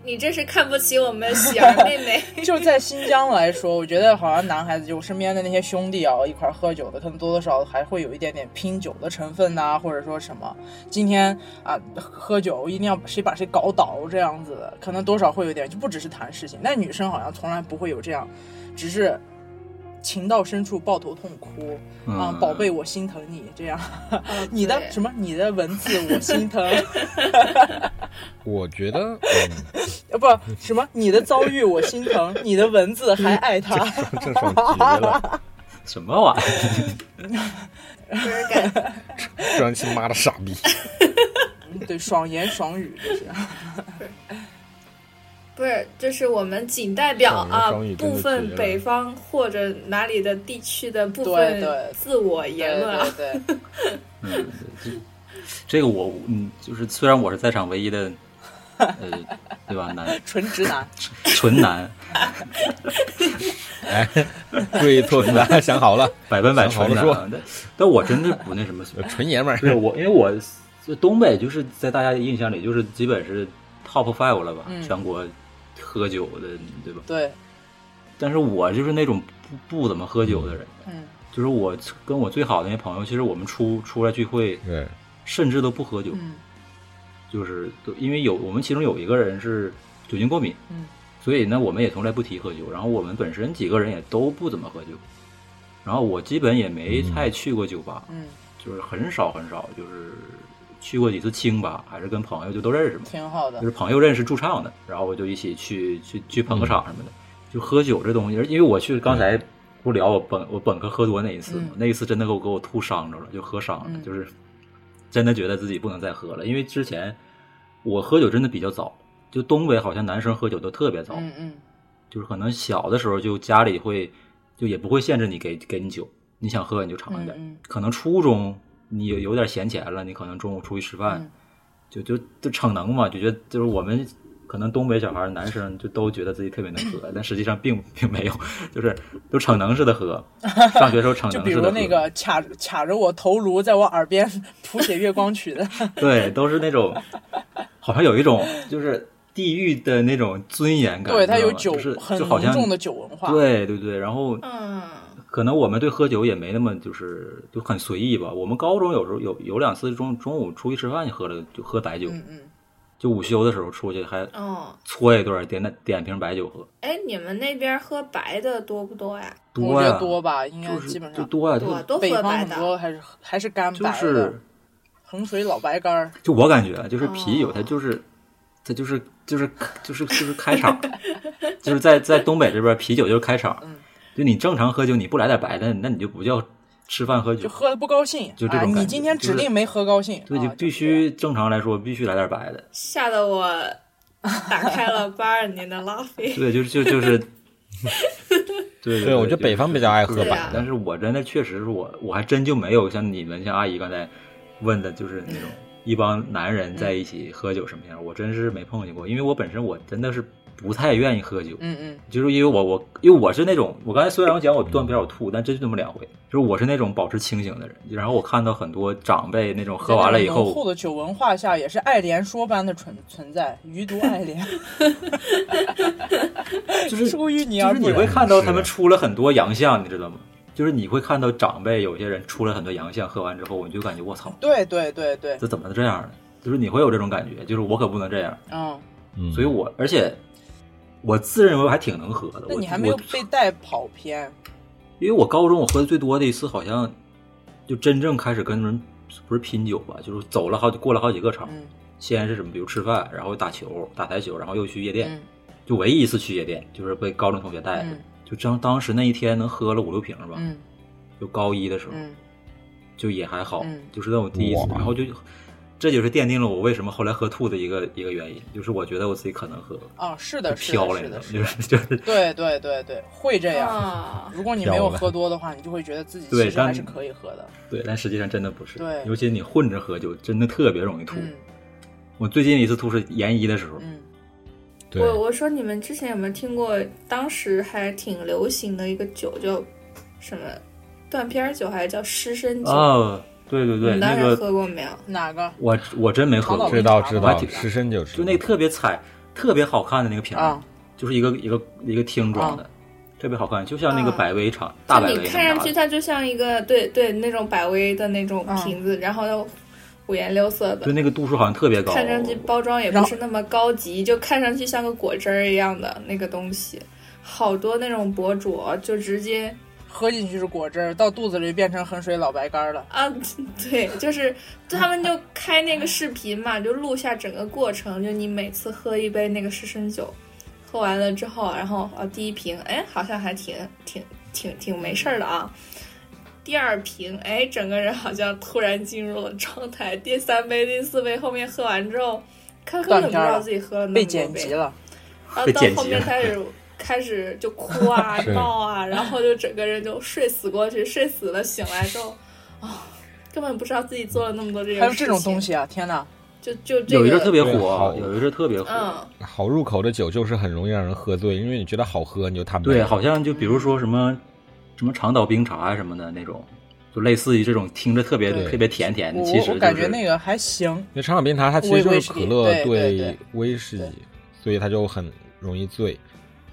D: 你这是看不起我们喜儿妹妹。
C: 就在新疆来说，我觉得好像男孩子就身边的那些兄弟啊，一块儿喝酒的，可能多多少少还会有一点点拼酒的成分呐、或者说什么今天啊喝酒一定要谁把谁搞倒这样子的，可能多少会有点，就不只是谈事情。但女生好像从来不会有这样，只是情到深处抱头痛哭、啊
A: 嗯，，
C: 宝贝我心疼你这样，
D: 啊
C: 你的
D: 对
C: 什么你的文字我心疼，
B: 我觉得，嗯，
C: 呃不什么你的遭遇我心疼，你的文字还爱他。
B: 郑爽急了，
A: 什么玩意儿？
D: 不是感
B: 郑爽亲妈的傻逼。
C: 对，爽言爽语就是。
D: 不是，这是我们仅代表
B: 少年
D: 啊
B: 双语真的
D: 部
B: 绝
D: 分
B: 了
D: 北方或者哪里的地区的部
C: 对
D: 分
C: 对
D: 自我言论啊。
C: 对对对，
A: 嗯，这这个我嗯，就是虽然我是在场唯一的，呃，对吧，男
C: 纯直男。
A: 纯男，
B: 哎，对错大家想好了，
A: 百分百纯
B: 想
A: 男
B: 好了
A: 啊，但但我真的不那什么，
B: 纯爷们
A: 不是
B: 儿。
A: 我，因为我就东北就是在大家的印象里就是基本是 top five 了吧，
C: 嗯
A: 全国喝酒的，对吧？
C: 对，
A: 但是我就是那种不不怎么喝酒的人，
C: 嗯，
A: 就是我跟我最好的那些朋友，其实我们出出来聚会，
B: 对，
A: 甚至都不喝酒，
C: 嗯
A: 就是都因为有我们其中有一个人是酒精过敏，
C: 嗯
A: 所以呢，我们也从来不提喝酒。然后我们本身几个人也都不怎么喝酒，然后我基本也没太去过酒吧，
C: 嗯，
A: 就是很少很少，就是去过几次清吧，还是跟朋友就都认识嘛，
C: 挺好的
A: 就是。朋友认识驻唱的，然后我就一起去去去捧个场什么的。就喝酒这东西，而因为我去刚才不聊我本我本科喝多那一次嘛，
C: 嗯
A: 那一次真的给我给我吐伤着了，就喝伤了，
C: 嗯
A: 就是真的觉得自己不能再喝了，因为之前我喝酒真的比较早。就东北好像男生喝酒都特别早，
C: 嗯嗯
A: 就是可能小的时候就家里会，就也不会限制你给给你酒，你想喝你就尝一
C: 嗯
A: 点。
C: 嗯
A: 可能初中你有有点闲钱了，你可能中午出去吃饭，
C: 嗯
A: 就就就逞能嘛，就觉得就是我们可能东北小孩儿男生就都觉得自己特别能喝，但实际上并并没有， 就是都逞能似的 喝。上学时候逞
C: 就
A: 能
C: 比
A: 似
C: 如
A: 嗯的
C: 那
A: 喝，
C: 个卡卡着我头颅，在我耳边 谱写月光曲的，
A: 对，都是那种好像有一种就是地域的那种尊严感，
C: 对他
A: 你知道
C: 有
A: 吗
C: 酒
A: 就是
C: 很
A: 就好
C: 浓
A: 像
C: 重的酒文化，
A: 对对对，然后
D: 嗯，
A: 可能我们对喝酒也没那么就是就很随意吧。我们高中有时候有有两次中中午出去吃饭就喝了就喝白酒，
C: 嗯嗯，
A: 就午休的时候出去还
D: 哦，
A: 搓一顿点那点瓶白酒喝，
D: 哎，你们那边喝白的多不多呀？
C: 我觉
A: 呀
C: 得，嗯多吧，应该
A: 就是
C: 基本
A: 就
C: 上
A: 多呀，
D: 多
A: 就
D: 都
C: 呃北
D: 喝
C: 方
D: 白
C: 很
D: 的，
C: 多还是还是干
A: 就
C: 白
A: 是
C: 的，衡水老白干儿。
A: 就我感觉啊就是啤酒
D: 哦
A: 它就是它就是就是就是就是开场， 就是在在东北这边啤酒就是开场
C: 嗯，
A: 就你正常喝酒你不来点白的，那你就不叫吃饭喝酒
C: 就，喝的不高兴，
A: 就这
C: 啊、
A: 种感觉
C: 你今天指定没喝高兴，
A: 所以
C: 啊
A: 就必须正常来说必须来点白的，
D: 吓得我打开了八二年的拉菲。
A: 对，就就就是。对
B: 对，我觉得北方比较爱喝
D: 对
B: 白
D: 啊
B: 的。
A: 但是我真的确实是我，我还真就没有像你们像阿姨刚才问的，就是那种
D: 嗯
A: 一帮男人在一起喝酒什么样，我真是没碰见过。因为我本身我真的是不太愿意喝酒，
C: 嗯嗯，
A: 就是因为我我因为我是那种，我刚才虽然我讲我断片儿我吐，但真就那么两回，就是我是那种保持清醒的人。然后我看到很多长辈那种喝完了以
C: 浓厚
A: 后，
C: 的酒文化下，也是爱莲说般的存存在，余毒爱莲，
A: 就是
C: 出淤泥
A: 就
C: 而
A: 是
C: 不
A: 你会
C: 染。
A: 看到
B: 是
A: 他们出了很多洋相，你知道吗？就是你会看到长辈有些人出了很多洋相，喝完之后，我就感觉我操，
C: 对对对对，
A: 这怎么这样呢？就是你会有这种感觉，就是我可不能这样。
C: 嗯，
B: 嗯
A: 所以我而且我自认为我还挺能喝的。
C: 那
A: 我
C: 你还没有
A: 我
C: 被带跑偏，
A: 因为我高中我喝的最多的一次，好像就真正开始跟人不是拼酒吧，就是走了好几过了好几个场。
C: 嗯
A: 先是什么，比如吃饭，然后打球，打台球，然后又去夜店。
C: 嗯
A: 就唯一一次去夜店，就是被高中同学带着。
C: 嗯
A: 就当当时那一天能喝了五六瓶吧，
C: 嗯
A: 就高一的时候，
C: 嗯，
A: 就也还好，
C: 嗯
A: 就是那种第一次，
B: 哇
A: 然后就这就是奠定了我为什么后来喝吐的一个一个原因，就是我觉得我自己可能喝
C: 啊，是的，是
A: 飘
C: 的，
A: 了，
C: 是的，
A: 你知道吗
C: 是的，
A: 就是就是
C: 对对对 对，会这样。
D: 啊，
C: 如果你没有
B: 飘了
C: 喝多的话，你就会觉得自己
A: 对
C: 其实
A: 但
C: 还是可以喝的。
A: 对，但实际上真的不是，
C: 对
A: 尤其你混着喝酒，真的特别容易吐。
C: 嗯
A: 我最近一次吐是研一的时候，
C: 嗯，
B: 对
D: 我我说你们之前有没有听过，当时还挺流行的一个酒叫什么断片儿酒，还是叫湿身酒？
B: 啊
A: 哦，对对对，
D: 你当
A: 那
D: 时
A: 个
D: 喝过没有？
C: 哪个？
A: 我我真没喝
C: 长岛
A: 过，
C: 冰
B: 知道知
A: 我还
B: 道，
A: 挺
B: 湿身就知
A: 就
B: 道
A: 那个特别彩、特别好看的那个瓶儿，
C: 啊
A: 就是一个一个一个听装的，特别好看，就像那个
D: 啊
A: 百威厂、大百
D: 就
A: 威
D: 你
A: 那
D: 看
A: 么
D: 上
A: 大
D: 去
A: 的，
D: 它就像一个对对那种百威的那
C: 嗯
D: 种瓶子，然后又五颜六色
A: 就
D: 的，
A: 那个度数好像特别高，
D: 看上去包装也
C: 然
D: 不
C: 后
D: 是那么高级，就看上去像个果汁儿一样的那个东西。好多那种博主啊就直接
C: 喝进去是果汁儿，到肚子里变成衡水老白干儿了。
D: 啊， 对，就是就他们就开那个视频嘛，就录下整个过程，就你每次喝一杯那个湿身酒，喝完了之后，然后啊第一瓶，哎，好像还挺挺挺挺没事儿的啊。第二瓶，哎，整个人好像突然进入了状态。第三杯、第四杯，后面喝完之后，他根本不知道自己喝了那
C: 被
D: 么多
C: 剪
D: 杯
C: 辑，了，
D: 然后
A: 被
D: 啊到
A: 剪
D: 后
A: 辑
D: 面
A: 了
D: 开始开始就哭啊
B: 是
D: 闹啊，然后就整个人就睡死过去，睡死了，醒来之后啊、根本不知道自己做了那么多这种
C: 还有这种东
D: 西，
C: 西啊！天哪，
D: 就就这个
A: 有一阵特别
B: 对
A: 火
B: 好，
A: 有一阵特别火，
D: 嗯，
B: 好入口的酒就是很容易让人喝醉，因为你觉得好喝，你就它没
A: 对，
B: 有
A: 好像就比如说什么什么长岛冰茶啊什么的那种，就类似于这种听着特别
B: 对
A: 特别甜甜的，
C: 我
A: 其实
C: 我我感觉那
A: 个
C: 个还行，
B: 因为长岛冰茶它其实就是可乐
C: 威威士忌对对对
B: 威士忌
C: 对，
B: 所以它就很容易醉。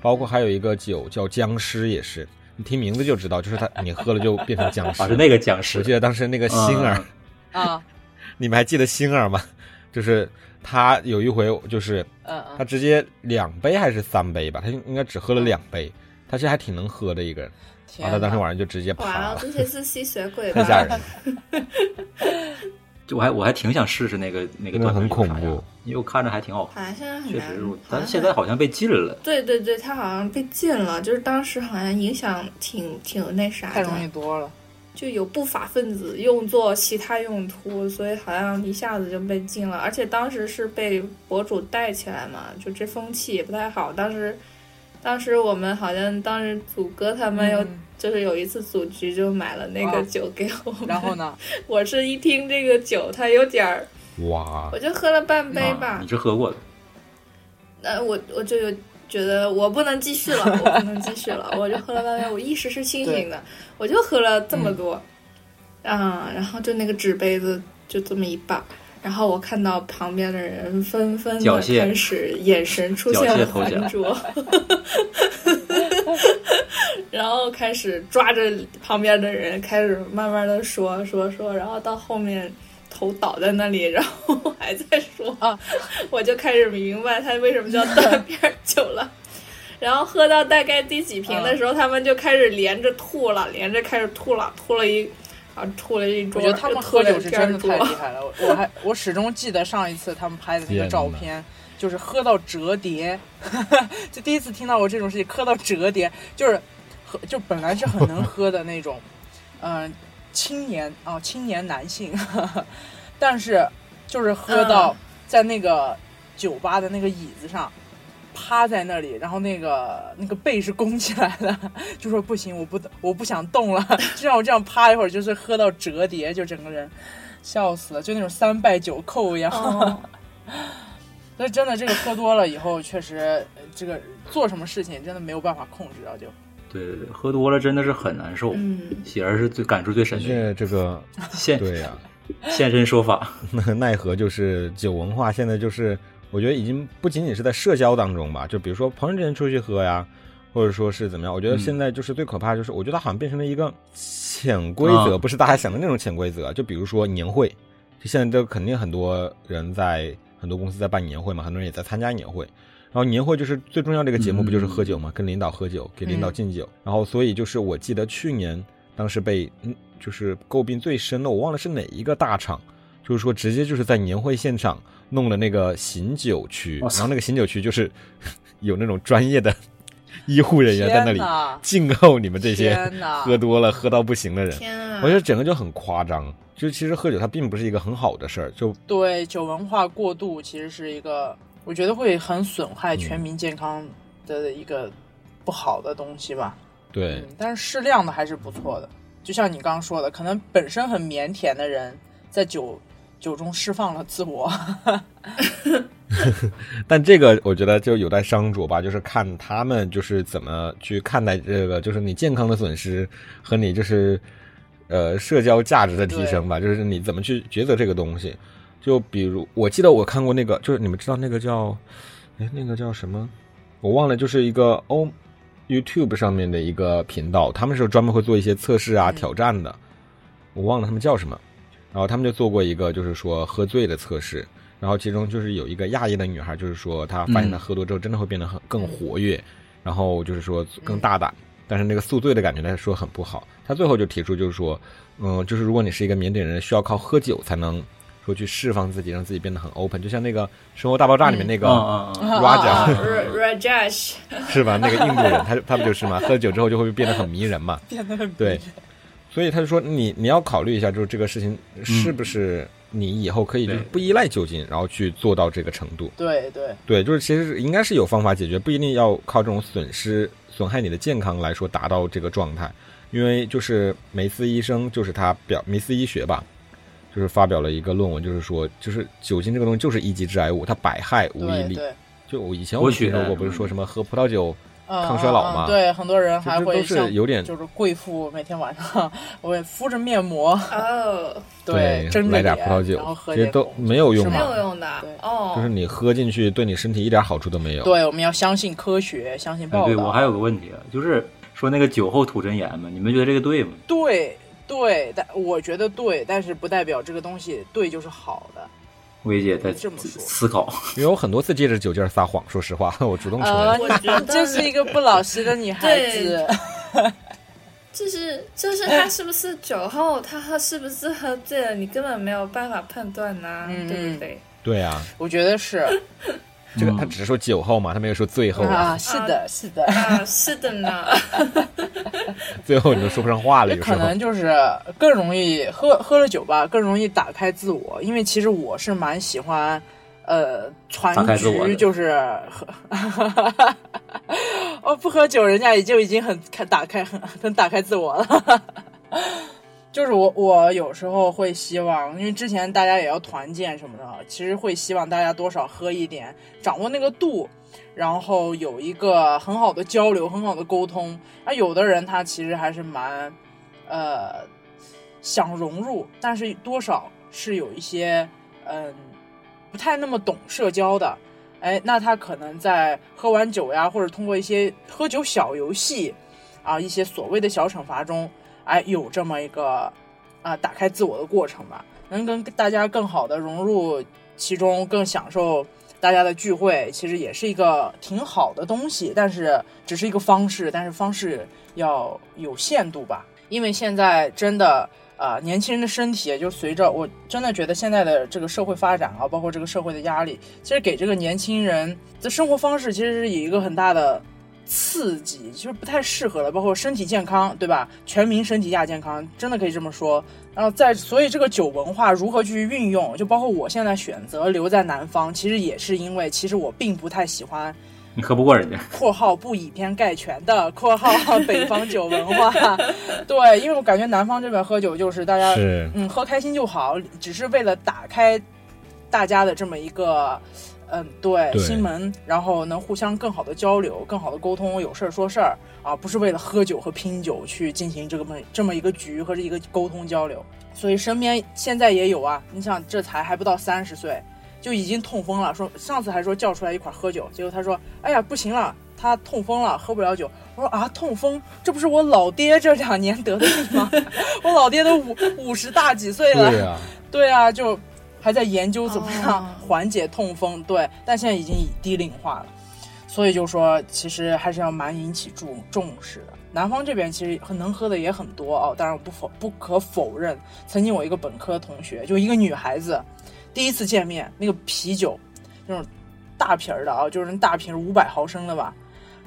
B: 包括还有一个酒叫僵尸，也是你听名字就知道，就是它你喝了就变成僵尸。
A: 啊是那个僵尸
B: 我记，得当时那个星儿，
A: 嗯
C: 啊，
B: 你们还记得星儿吗？就是他有一回就是
C: 嗯
B: 他
C: 嗯，
B: 直接两杯还是三杯吧，他应该只喝了两杯，他其实还挺能喝的一个人。
C: 天
B: 然啊后他当时
C: 哪，
B: 晚上就直接
D: 完
B: 趴
D: 了
B: 了，
D: 这些是吸血鬼
B: 太吓人
D: 吧？
B: 了。
A: 就我还我还挺想试试那个那个
B: 那
A: 断
B: 很
A: 片
B: 恐
A: 啥样
B: 怖，
A: 因为我看着还挺好看，
D: 好像现在很
A: 确
D: 难
A: 实，我，
D: 好像
A: 咱现在
D: 很
A: 好像被禁了。
D: 对对对，他好像被禁了，就是当时好像影响挺挺那啥
C: 太
D: 的，
C: 容易多了。
D: 就有不法分子用作其他用途，所以好像一下子就被禁了。而且当时是被博主带起来嘛，就这风气也不太好。当时，当时我们好像当时祖哥他们有，
C: 嗯
D: 就是有一次组局就买了那个
C: 哦
D: 酒给我们。
C: 然后呢？
D: 我是一听这个酒，它有点儿，
B: 哇
D: 我，就喝了半杯
A: 啊
D: 吧
A: 你，是喝过的，
D: 那、呃我我就有。觉得我不能继续了，我不能继续了，我就喝了半杯，我意识是清醒的，我就喝了这
A: 嗯
D: 么多，啊，然后就那个纸杯子就这么一把，然后我看到旁边的人纷纷的
A: 缴械
D: 开始眼神出
A: 缴
D: 现
A: 械
D: 了
A: 投降
D: 浑浊， 然后开始抓着旁边的人，开始慢慢的说说说，然后到后面头倒在那里，然后 还在说，
C: 啊、
D: 我就开始明白他为什么叫断片儿酒了。然后喝到大概第几
C: 嗯
D: 瓶的时候，他们就开始连着吐了，连着开始吐了，吐了一啊，吐了一
C: 我
D: 桌，
C: 觉得他们喝酒是真的太
D: 就吐了一片
C: 厉害了，我我还我始终记得上一次他们拍的那个照片，就是喝到折叠， 就第一次听到我这种事情，喝到折叠，就是喝就本来是很能喝的那种，嗯、青年啊、青年男性， 但是就是喝到
D: 嗯
C: 在那个酒吧的那个椅子上。趴在那里，然后那个那个背是弓起来的，就说不行，我不我不想动了，就让我这样趴一会儿，就是喝到折叠，就整个人笑死了，就那种三拜九叩一样。
D: 哦，
C: 但是真的，这个喝多了以后，确实呃这个做什么事情真的没有办法控制啊，就
A: 对对对，喝多了真的是很难受，
D: 嗯，
A: 喜儿是最感触最深的，
B: 这这个
A: 现
B: 对呀、
A: 现身说法。
B: 那 奈何就是酒文化现在就是，我觉得已经不仅仅是在社交当中吧，就比如说朋友之间出去喝呀，或者说是怎么样，我觉
A: 嗯
B: 得现在就是最可怕的就是，我觉得它好像变成了一个潜规则，
A: 啊
B: 不是大家想的那种潜规则。就比如说年会，就现在都肯定很多人在很多公司在办年会嘛，很多人也在参加年会。然后年会就是最重要的一个节目，
A: 嗯
B: 不就是喝酒嘛？跟领导喝酒，给领导敬酒。然后所以就是我记得去年当时被嗯就是诟病最深的，我忘了是哪一个大厂，就是说直接就是在年会现场弄了那个醒酒区，
A: 哇
B: 然
A: 塞
B: 后那个醒酒区就是 有那种专业的医护人员在那
C: 天
B: 里
C: 哪，
B: 静候你们这些
C: 天哪
B: 喝多了喝到不行的人。
D: 天啊！
B: 我觉得整个就很夸张，就其实喝酒它并不是一个很好的事儿，就
C: 对酒文化过度其实是一个，我觉得会很损
B: 嗯
C: 害全民健康的一个不好的东西吧。
B: 对
C: 嗯，但是适量的还是不错的。就像你刚刚说的，可能本身很腼腆的人，在酒酒中释放了自我。
B: 但这个我觉得就有待商酌吧，就是看他们就是怎么去看待这个，就是你健康的损失和你就是呃社交价值的提升吧，就是你怎么去抉择这个东西。就比如我记得我看过那个，就是你们知道那个叫哎那个叫什么，我忘了，就是一个欧 YouTube 上面的一个频道，他们是专门会做一些测试啊、
C: 嗯
B: 挑战的，我忘了他们叫什么。然后他们就做过一个，就是说喝醉的测试，然后其中就是有一个亚裔的女孩，就是说她发现她
A: 嗯
B: 喝多之后真的会变得很更活跃，然后就是说更大胆，但是那个宿醉的感觉来说很不好。她最后就提出就是说，嗯，就是如果你是一个腼腆人，需要靠喝酒才能说去释放自己，让自己变得很 open，就像那个《生活大爆炸》里面那个
A: 嗯 嗯嗯，
B: Raja，、
D: R- Rajesh，
B: 是吧？那个印度人，他他不就是嘛？喝酒之后就会变得很迷人嘛。
C: 变得很
B: 对，所以他就说你你要考虑一下，就是这个事情是不是你以后可以就是
A: 对
B: 不依赖酒精，然后去做到这个程度。
C: 对对
B: 对，就是其实应该是有方法解决，不一定要靠这种损失损害你的健康来说达到这个状态。因为就是梅斯医生，就是他表梅斯医学吧，就是发表了一个论文，就是说，就是酒精这个东西就是一级致癌物，它百害无一
C: 对
B: 利。
C: 对，
B: 就我以前
A: 我
B: 我
A: 觉
B: 听说
A: 得
B: 过，不是说什么喝葡萄酒
C: 嗯
B: 抗衰老嘛
C: 嗯嗯对，很多人
B: 这
C: 还
B: 这
C: 会
B: 都是
C: 像
B: 有点
C: 就是贵妇每天晚上我也敷着面 膜，
D: 哦，
C: 蒸着
B: 来点
C: 脸
B: 葡萄酒
C: 然后，喝
B: 这
C: 点
B: 都
C: 红
B: 没有用
C: 是
D: 没
C: 吗
B: 嘛
D: 有。用的
C: 对
D: 哦，
B: 就是你喝进去，对你身体一点好处都没有。
C: 对，我们要相信科学，相信
A: 哎
C: 报
A: 对
C: 道。
A: 我还有个问题，就是说那个酒后吐真言嘛，你们觉得这个对吗？
C: 对对，但我觉得对，但是不代表这个东西对就是好的。
A: 薇姐在
C: 这么说
A: 思考，
B: 因为我很多次借着酒劲儿撒谎，说实话，我主动承
C: 呃，
B: 认。
D: 我觉得
C: 你就是一个不老实的女孩子。
D: 就是就是他是不是酒后，他喝是不是喝醉了，你根本没有办法判断呐、
C: 嗯
D: 对 不对？
B: 对啊，
C: 我觉得是
B: 这个
A: 嗯
B: 他只是说酒后嘛，他没有说醉后
C: 啊，
B: 啊，
C: 是的，是的。
D: 啊，是的呢，
B: 醉后你都说不上话了，
C: 也
B: 有时
C: 可
B: 候
C: 能。就是更容易喝喝了酒吧，更容易打开自我。因为其实我是蛮喜欢，呃，传
A: 打开自我
C: 局
A: 的
C: 就是 喝，哦，不喝酒，人家也就已经很开打开很 很打开自我了。 就是我，我有时候会希望，因为之前大家也要团建什么的，其实会希望大家多少喝一点，掌握那个度，然后有一个很好的交流，很好的沟通。那有的人他其实还是蛮，呃，想融入，但是多少是有一些嗯，不太那么懂社交的。哎，那他可能在喝完酒呀，或者通过一些喝酒小游戏，啊一些所谓的小惩罚中，哎有这么一个啊打开自我的过程吧，能跟大家更好的融入其中，更享受大家的聚会，其实也是一个挺好的东西，但是只是一个方式，但是方式要有限度吧，因为现在真的。啊、呃，年轻人的身体，也就随着我真的觉得现在的这个社会发展啊，包括这个社会的压力，其实给这个年轻人的生活方式，其实是有一个很大的刺激，就是不太适合了。包括身体健康，对吧？全民身体亚健康，真的可以这么说。然后在所以这个酒文化如何去运用，就包括我现在选择留在南方，其实也是因为其实我并不太喜欢。
A: 你喝不过人家。
C: 括号不以偏概全的括号北方酒文化，对，因为我感觉南方这边喝酒就是大家
B: 是
C: 嗯喝开心就好，只是为了打开大家的这么一个嗯对
B: 对
C: 心门，然后能互相更好的交流、更好的沟通，有事儿说事儿啊，不是为了喝酒和拼酒去进行这个么这么一个局和一个沟通交流。所以身边现在也有啊，你想这才还不到三十岁，就已经痛风了。说上次还说叫出来一块儿喝酒，结果他说：“哎呀，不行了，他痛风了，喝不了酒。”我说：“啊，痛风，这不是我老爹这两年得的病吗？ 我老爹都五五十大几岁了。
B: 对呀、
C: 对啊，就还在研究怎么样
D: 哦
C: 缓解痛风。对，但现在已经以低龄化了，所以就说其实还是要蛮引起注重视的。南方这边其实很能喝的也很多哦，当然我不否不可否认，曾经我一个本科同学，就一个女孩子，第一次见面那个啤酒，那种大瓶儿的啊，就是那大瓶五百毫升的吧，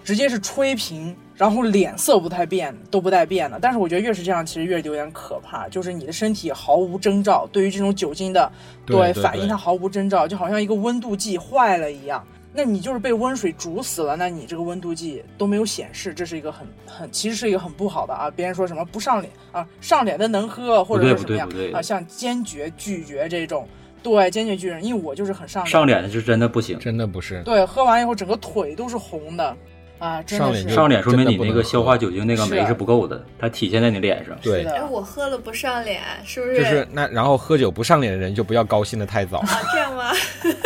C: 直接是吹瓶，然后脸色不太变，都不带变的。但是我觉得越是这样，其实越有点可怕，就是你的身体毫无征兆，对于这种酒精的
B: 对对
C: 反
B: 对
C: 应它毫无征兆，就好像一个温度计坏了一样。那你就是被温水煮死了，那你这个温度计都没有显示，这是一个很很其实是一个很不好的啊。别人说什么不上脸啊，上脸的能喝或者是
A: 不对
C: 什么样
A: 不对不对
C: 啊，像坚决拒绝这种，对坚决拒绝，因为我就是很上脸，
A: 上脸的是真的不行，
B: 真的不是
C: 对，喝完以后整个腿都是红的，啊，真
B: 上
C: 的
B: 脸
C: 是
B: 就
A: 上脸说明你那
B: 真的不
A: 个
B: 能喝
A: 消化酒精那个酶
C: 是啊
A: 是不够的，它体现在你脸上。
B: 对
C: 是
D: 哎，
C: 的，
D: 我喝了不上脸，是不是？
B: 啊就是那，然后喝酒不上脸的人就不要高兴的太早，
D: 啊，这样吗？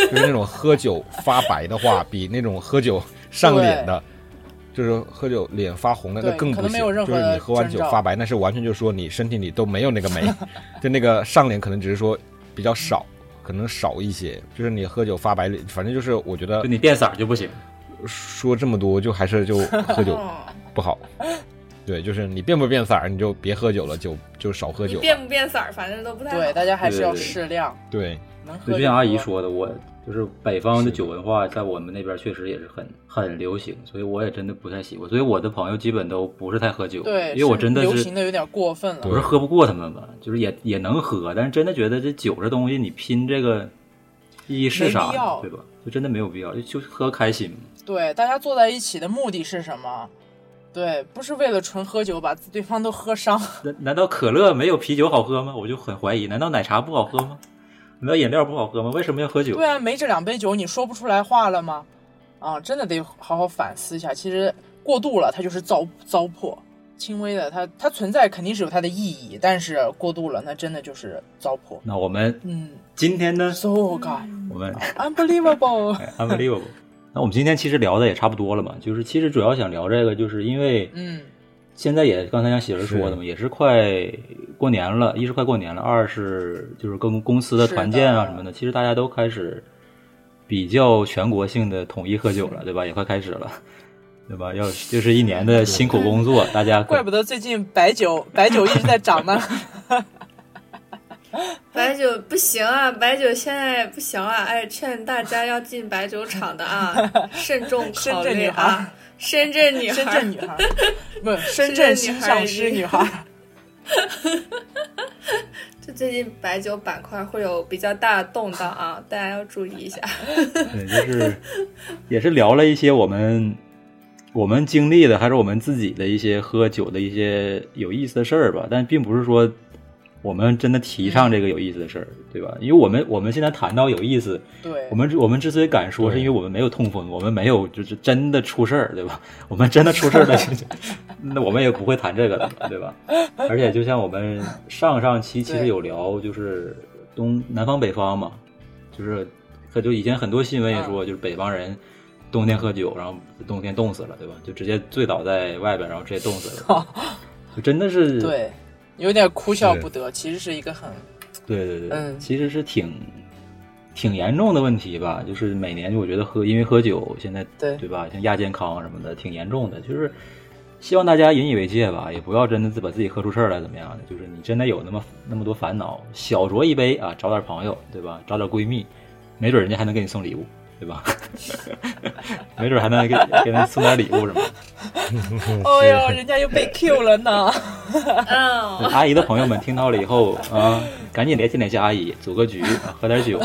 B: 就是那种喝酒发白的话，比那种喝酒上脸的，就是喝酒脸发红的那
C: 对
B: 更
C: 可
B: 不
C: 能没有
B: 行。
C: 任何
B: 就是你喝完酒
C: 征兆
B: 发白，那是完全就是说你身体里都没有那个 酶，就那个上脸可能只是说比较少，可能少一些。就是你喝酒发白脸，反正就是我觉得
A: 就你变色儿就不行，
B: 说这么多，就还是就喝酒
C: 哦
D: 嗯
B: 不好。对，就是你变不变色儿，你就别喝酒了，就就少喝
D: 你
B: 酒吧。
D: 变不变色儿，反正都不太好
C: 对，。大家还是要
A: 对对对
C: 适量，
B: 对，
C: 能喝
A: 就
C: 就
A: 像阿姨
C: 喝，
A: 说的，我就是北方
B: 是
A: 的
B: 的
A: 酒文化，在我们那边确实也是很很流行，所以我也真的不太喜欢。所以我的朋友基本都不是太喝酒，
C: 对，
A: 因为我
C: 是
A: 真的
C: 流
A: 是
C: 行的有点过分
A: 不
C: 了，
A: 是喝不过他们吧，就是也也能喝，但是真的觉得这酒这东西你拼这个意义是啥
C: 没必要
A: 呢，对吧？就真的没有必要，就就喝开心嘛。
C: 对，大家坐在一起的目的是什么？对，不是为了纯喝酒把对方都喝 伤，
A: 难难道可乐没有啤酒好喝吗？我就很怀疑。难道奶茶不好喝吗？难道饮料不好喝吗？为什么要喝酒
C: 对？啊，没这两杯酒你说不出来话了吗？啊，真的得好好反思一下，其实过度了它就是糟糟粕。轻微的，它它存在肯定是有它的意义，但是过度了，那真的就是糟粕。
A: 那我们
C: 嗯
A: 今天呢？
C: ，so god，
A: 我们
C: Unbelievable！
A: unbelievable。那我们今天其实聊的也差不多了嘛，就是其实主要想聊这个，就是因为
C: 嗯，
A: 现在也刚才像喜儿说的嘛，也是快过年了，一是快过年了，二是就是跟公司的团建啊
C: 是的
A: 什么的，其实大家都开始比较全国性的统一喝酒了，对吧？也快开始了，对吧？要就是一年的辛苦工作，大家可
C: 怪不得最近白酒白酒一直在涨呢。
D: 白酒不行啊，白酒现在不行啊！哎，劝大家要进白酒厂 的啊，慎重考虑啊。深圳女孩，
C: 深圳女孩，不，深
D: 深
C: 圳
D: 圳
C: 新
D: 女孩
C: 上师女孩。
D: 就最近白酒板块会有比较大的动荡啊，大家要注意 一下。
A: 对，就是也是聊了一些我们我们经历的，还是我们自己的一些喝酒的一些有意思的事儿吧。但并不是说我们真的提倡这个有意思的事儿，对吧？因为我们我们现在谈到有意思，
C: 对，
A: 我们我们之所以敢说，
B: 对
A: 是因为我们没有痛风，我们没有就是真的出事儿，对吧？ 我们真的出事儿的事情，那我们也不会谈这个的，对吧？而且就像我们上上期其实有聊，就是
C: 嗯
A: 东南方北方嘛，就是可就以前很多新闻也说，就是北方人冬天喝酒，然后冬天冻死了，对吧？就直接醉倒在外边，然后直接冻 死了，就真的是
C: 对，有点哭笑不得。其实是一个很
A: 对对对，
C: 嗯
A: 其实是挺挺严重的问题吧。就是每年我觉得喝，因为喝酒现在
C: 对
A: 对吧，像亚健康什么的，挺严重的。就是希望大家引以为戒吧，也不要真的自把自己喝出事儿来怎么样的。就是你真的有那么那么多烦恼，小酌一杯啊，找点朋友对吧，找点闺蜜，没准人家还能给你送礼物。对吧？ 没准还能给给人送点礼物什么的。
C: 哦 哟，人家又被 Q 了呢。
D: 嗯，
A: 阿姨的朋友们听到了以后啊，赶紧联系联系阿姨，组个局，啊喝点酒。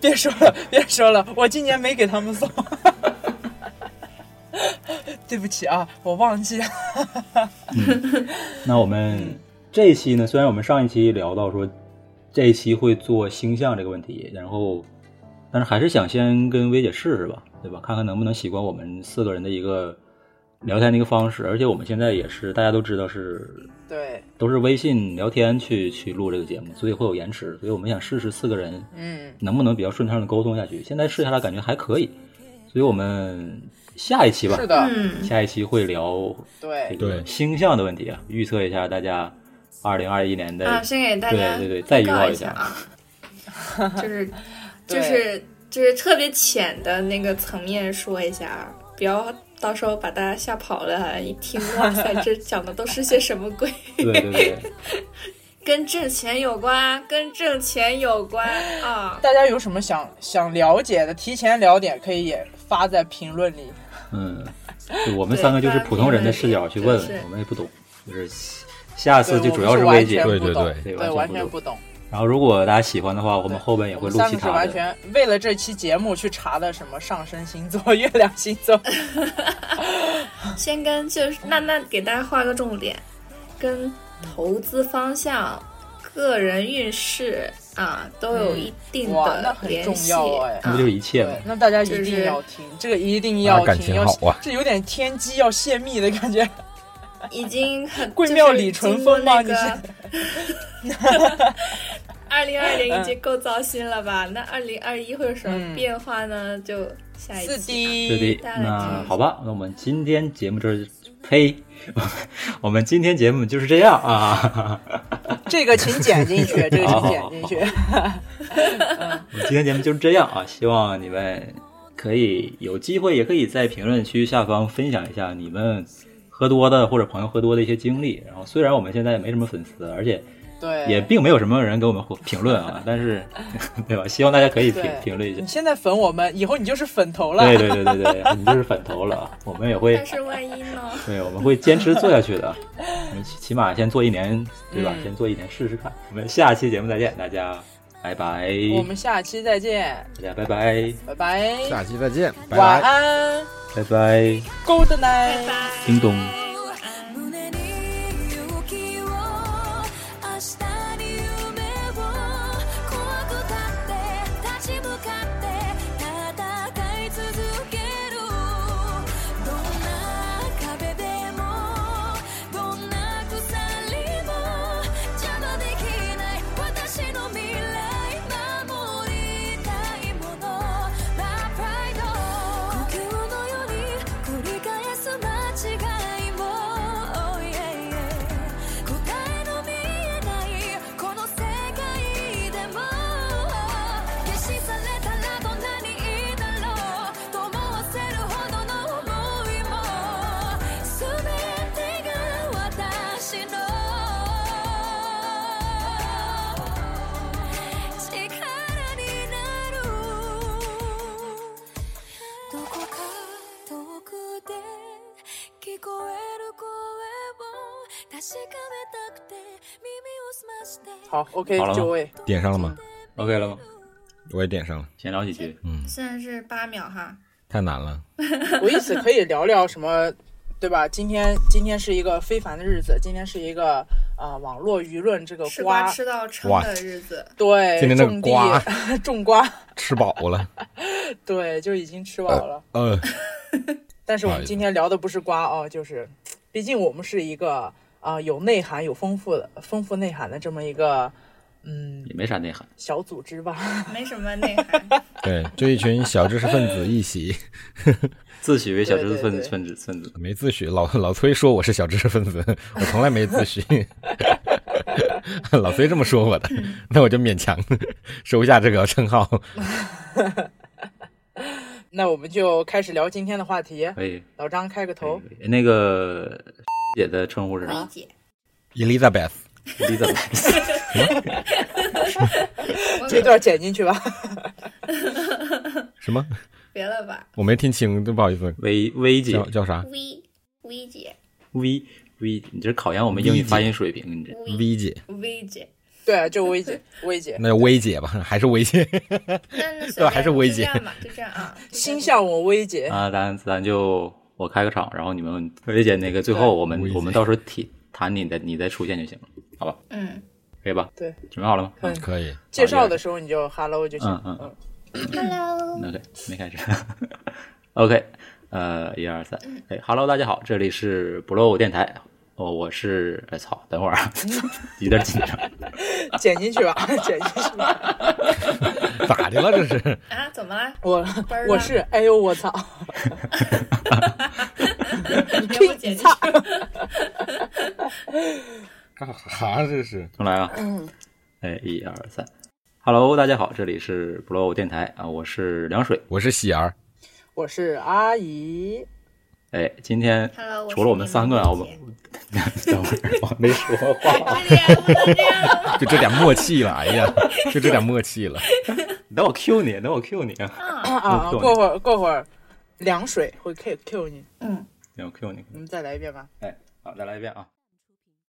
C: 别说了，别说了，我今年没给他们送。对不起啊，我忘记了。
A: 那我们这一期呢，虽然我们上一期聊到说这一期会做星象这个问题，然后，但是还是想先跟薇姐试试吧，对吧？看看能不能习惯我们四个人的一个聊天的一个方式，而且我们现在也是大家都知道是
C: 对，
A: 都是微信聊天去去录这个节目，所以会有延迟，所以我们想试试四个人
C: 嗯，
A: 能不能比较顺畅的沟通下去。现在试下来感觉还可以，所以我们下一期吧，
C: 是的，
D: 嗯，
A: 下一期会聊这
C: 对，
A: 个
B: 对
A: 星象的问题啊，预测一下大家二零二一年的、
D: 啊，先给大家
A: 呃对对对再预
D: 预
A: 告
D: 告
A: 一下
D: 下啊， 就是
C: 对
D: 就是就是特别浅的那个层面说一下啊，不要到时候把大家吓跑了。一听，哇塞，这讲的都是些什么鬼？
A: 对对对，
D: 跟挣钱有关，跟挣钱有关啊！
C: 大家有什么想想了解的，提前了解可以也发在评论里。
A: 嗯，就我们三个就是普通人的视角去问
D: 对
A: 问，我们也不懂，就是下次就主要
C: 是
A: 薇
C: 完
A: 姐
C: 全。
B: 对
C: 不
B: 对
C: 懂，
B: 对
A: 对
C: 对，
A: 完
C: 完
A: 全
C: 全
A: 不
C: 不懂。
A: 然后如果大家喜欢的话，我们后边也
C: 我
A: 会
C: 们
A: 录
C: 三
A: 其
C: 个是
A: 他
C: 完
A: 的。
C: 全为了这期节目去查的什么上升星座、 月亮星座，
D: 先跟就是那那给大家画个重点，跟投资方向、个人运势啊都有一定
C: 嗯哇，那
D: 的
C: 很
D: 联
C: 重
D: 系。啊
C: 要哎。
A: 那不就是一切吗？
C: 对，那大家
D: 就
C: 一定
D: 是
C: 要听，这个一定要
B: 啊感
C: 听，
B: 情
C: 要
B: 好啊
C: 这有点天机要泄密的感觉。
D: 已经很
C: 贵
D: 就是
C: 庙李淳风吗
D: 经过那个。 二零二零已经够糟心了吧？那二零二一会有什么
C: 嗯
D: 变化呢？就下一
C: 四
D: 期。
A: 对
C: D，
A: 的，那好吧，那我们今天节目就是，呸， 我们今天节目就是这样啊。
C: 这个请剪进去，这个请剪进去。
A: 我们今天节目就是这样啊，希望你们可以有机会，也可以在评论区下方分享一下你们喝多的或者朋友喝多的一些经历。然后虽然我们现在也没什么粉丝，而且
C: 对，
A: 也并没有什么人给我们评论啊，但是 对吧？希望大家可以评
C: 对
A: 评论一下
C: 你。现在粉我们，以后你就是粉头了。
A: 对对对对对，你就是反头了啊！我们也会
D: 但是万一呢？
A: 对，我们会坚持做下 去的。我们起起码先做一年，对吧？
C: 嗯
A: 先做一年试试看。我们下期节目再见，大家拜拜，
C: 我们下期再见，
A: 大家拜拜，
C: 拜拜，
B: 下期再见，拜
C: 晚
B: 拜。
C: 安
A: 拜拜，
C: ，Good night
D: 拜。拜。
A: 叮咚。
D: 晚安
E: 胸に勇気を明日に夢を怖くたって立ち向かって戦い続けるどんな壁でもどんな鎖も邪魔できない私の未来守りたいもの My pride 呼吸のように繰り返す間違いも Oh, yeah, yeah 答えの見えないこの世界でも消し去れたらどんなにいいだろうと思わせるほどの想いも全てが私の力になるどこか遠くで聞こえる声を確かめたくて耳を澄まして
C: 好，OK，
A: 好了吗
C: 就位。
B: 点上了吗？
A: OK 了吗？嗯
B: 我也点上了，
A: 闲聊几句。
D: 现在是八秒哈，
B: 太难了。
C: 我意思可以聊聊什么，对吧？今天今天是一个非凡的日子，今天是一个啊、呃网络舆论这个
D: 吃瓜
C: 瓜，
D: 吃到撑
B: 哇
D: 的日子，
C: 对，
B: 今天那个
C: 种地
B: 瓜
C: 种瓜，
B: 吃饱了，
C: 对，就已经吃饱了。
B: 呃，
C: 但是我
B: 不好
C: 们
B: 意思
C: 今天聊的不是瓜哦，就是，呃毕竟我们是一个啊、有内涵、有丰富的丰富内涵的这么一个嗯，
A: 也没啥内涵。
C: 小组织吧。
D: 没什么内涵。
B: 对，就一群小知识分子一起，
A: 自诩为小知识
C: 对对
A: 分子
C: 对
A: 分子分子，
B: 没自诩。老老崔说我是小知识分子，我从来没自诩。 老崔这么说我的，那我就勉强收下这个称号。
C: 那我们就开始聊今天的话题。
B: 哎
A: 可以。
C: 老张开个头，
A: 可以哎那个姐的称呼是啥
D: 理解。
B: Elizabeth，
A: ？Elizabeth。
B: 哎
D: 我
C: 这段剪进去吧。
B: 什么？
D: 别了吧
B: 我没听清，真不好意思。
A: 薇薇姐
B: 叫叫啥
D: ，V V 姐
A: ，V V，你这是考验我们英语发音水平，你这
B: ？V 姐，
D: V 姐，
C: 对，就薇姐，薇姐，
B: 那叫薇姐吧，还是薇姐？
D: 那那随
B: 对吧
D: 便
B: 还是薇姐
D: 就这样吧，就这 样啊。就这样
C: 心向我薇姐。
A: 啊，咱咱就我开个场，然后你们薇姐那个最后我们
B: 薇姐
A: 我们到时候提谈你的，你再出现就行了，好吧？
D: 嗯，
A: 可以吧？
C: 对，
A: 准备好了吗？
C: 嗯
B: 可以，
C: 介绍的时候你就 hello 就行。
A: 嗯嗯
C: 嗯，
A: 那对，没开始。OK，呃，一二三，哎，Hello，大家好，这里是不漏电台，哦，我是，哎操，等会儿啊，有点紧张，嗯
C: 剪进去吧，剪进 去吧。
B: 咋的了？这是
D: 啊，怎么了？
C: 我
D: 班儿呢
C: 我是，哎呦我 操，
D: 你给我剪进 去。
B: 干啥？啊这是
A: 重 来啊，
D: 嗯
A: 哎，一二三，Hello，大家好，这里是不漏电台啊，我是凉水，
B: 我是喜儿，
C: 我是阿姨。
A: 哎，今天
D: Hello，我是
A: 除了我们三个啊，我
D: 你
A: 们
D: 们 姐
A: 等会儿我还没说话，
D: 哎呀，不能这样 吗？
B: 就这点默契了。哎呀，就这点默契了。
A: 等我 Q 你，等我 Q 你，啊，
C: 啊啊，
A: 我
C: 过会儿过会儿，凉水会 Q Q 你，
D: 嗯。
A: 等我 Q 你，
C: 你们再来一遍吧。
A: 哎，好，再来一遍啊。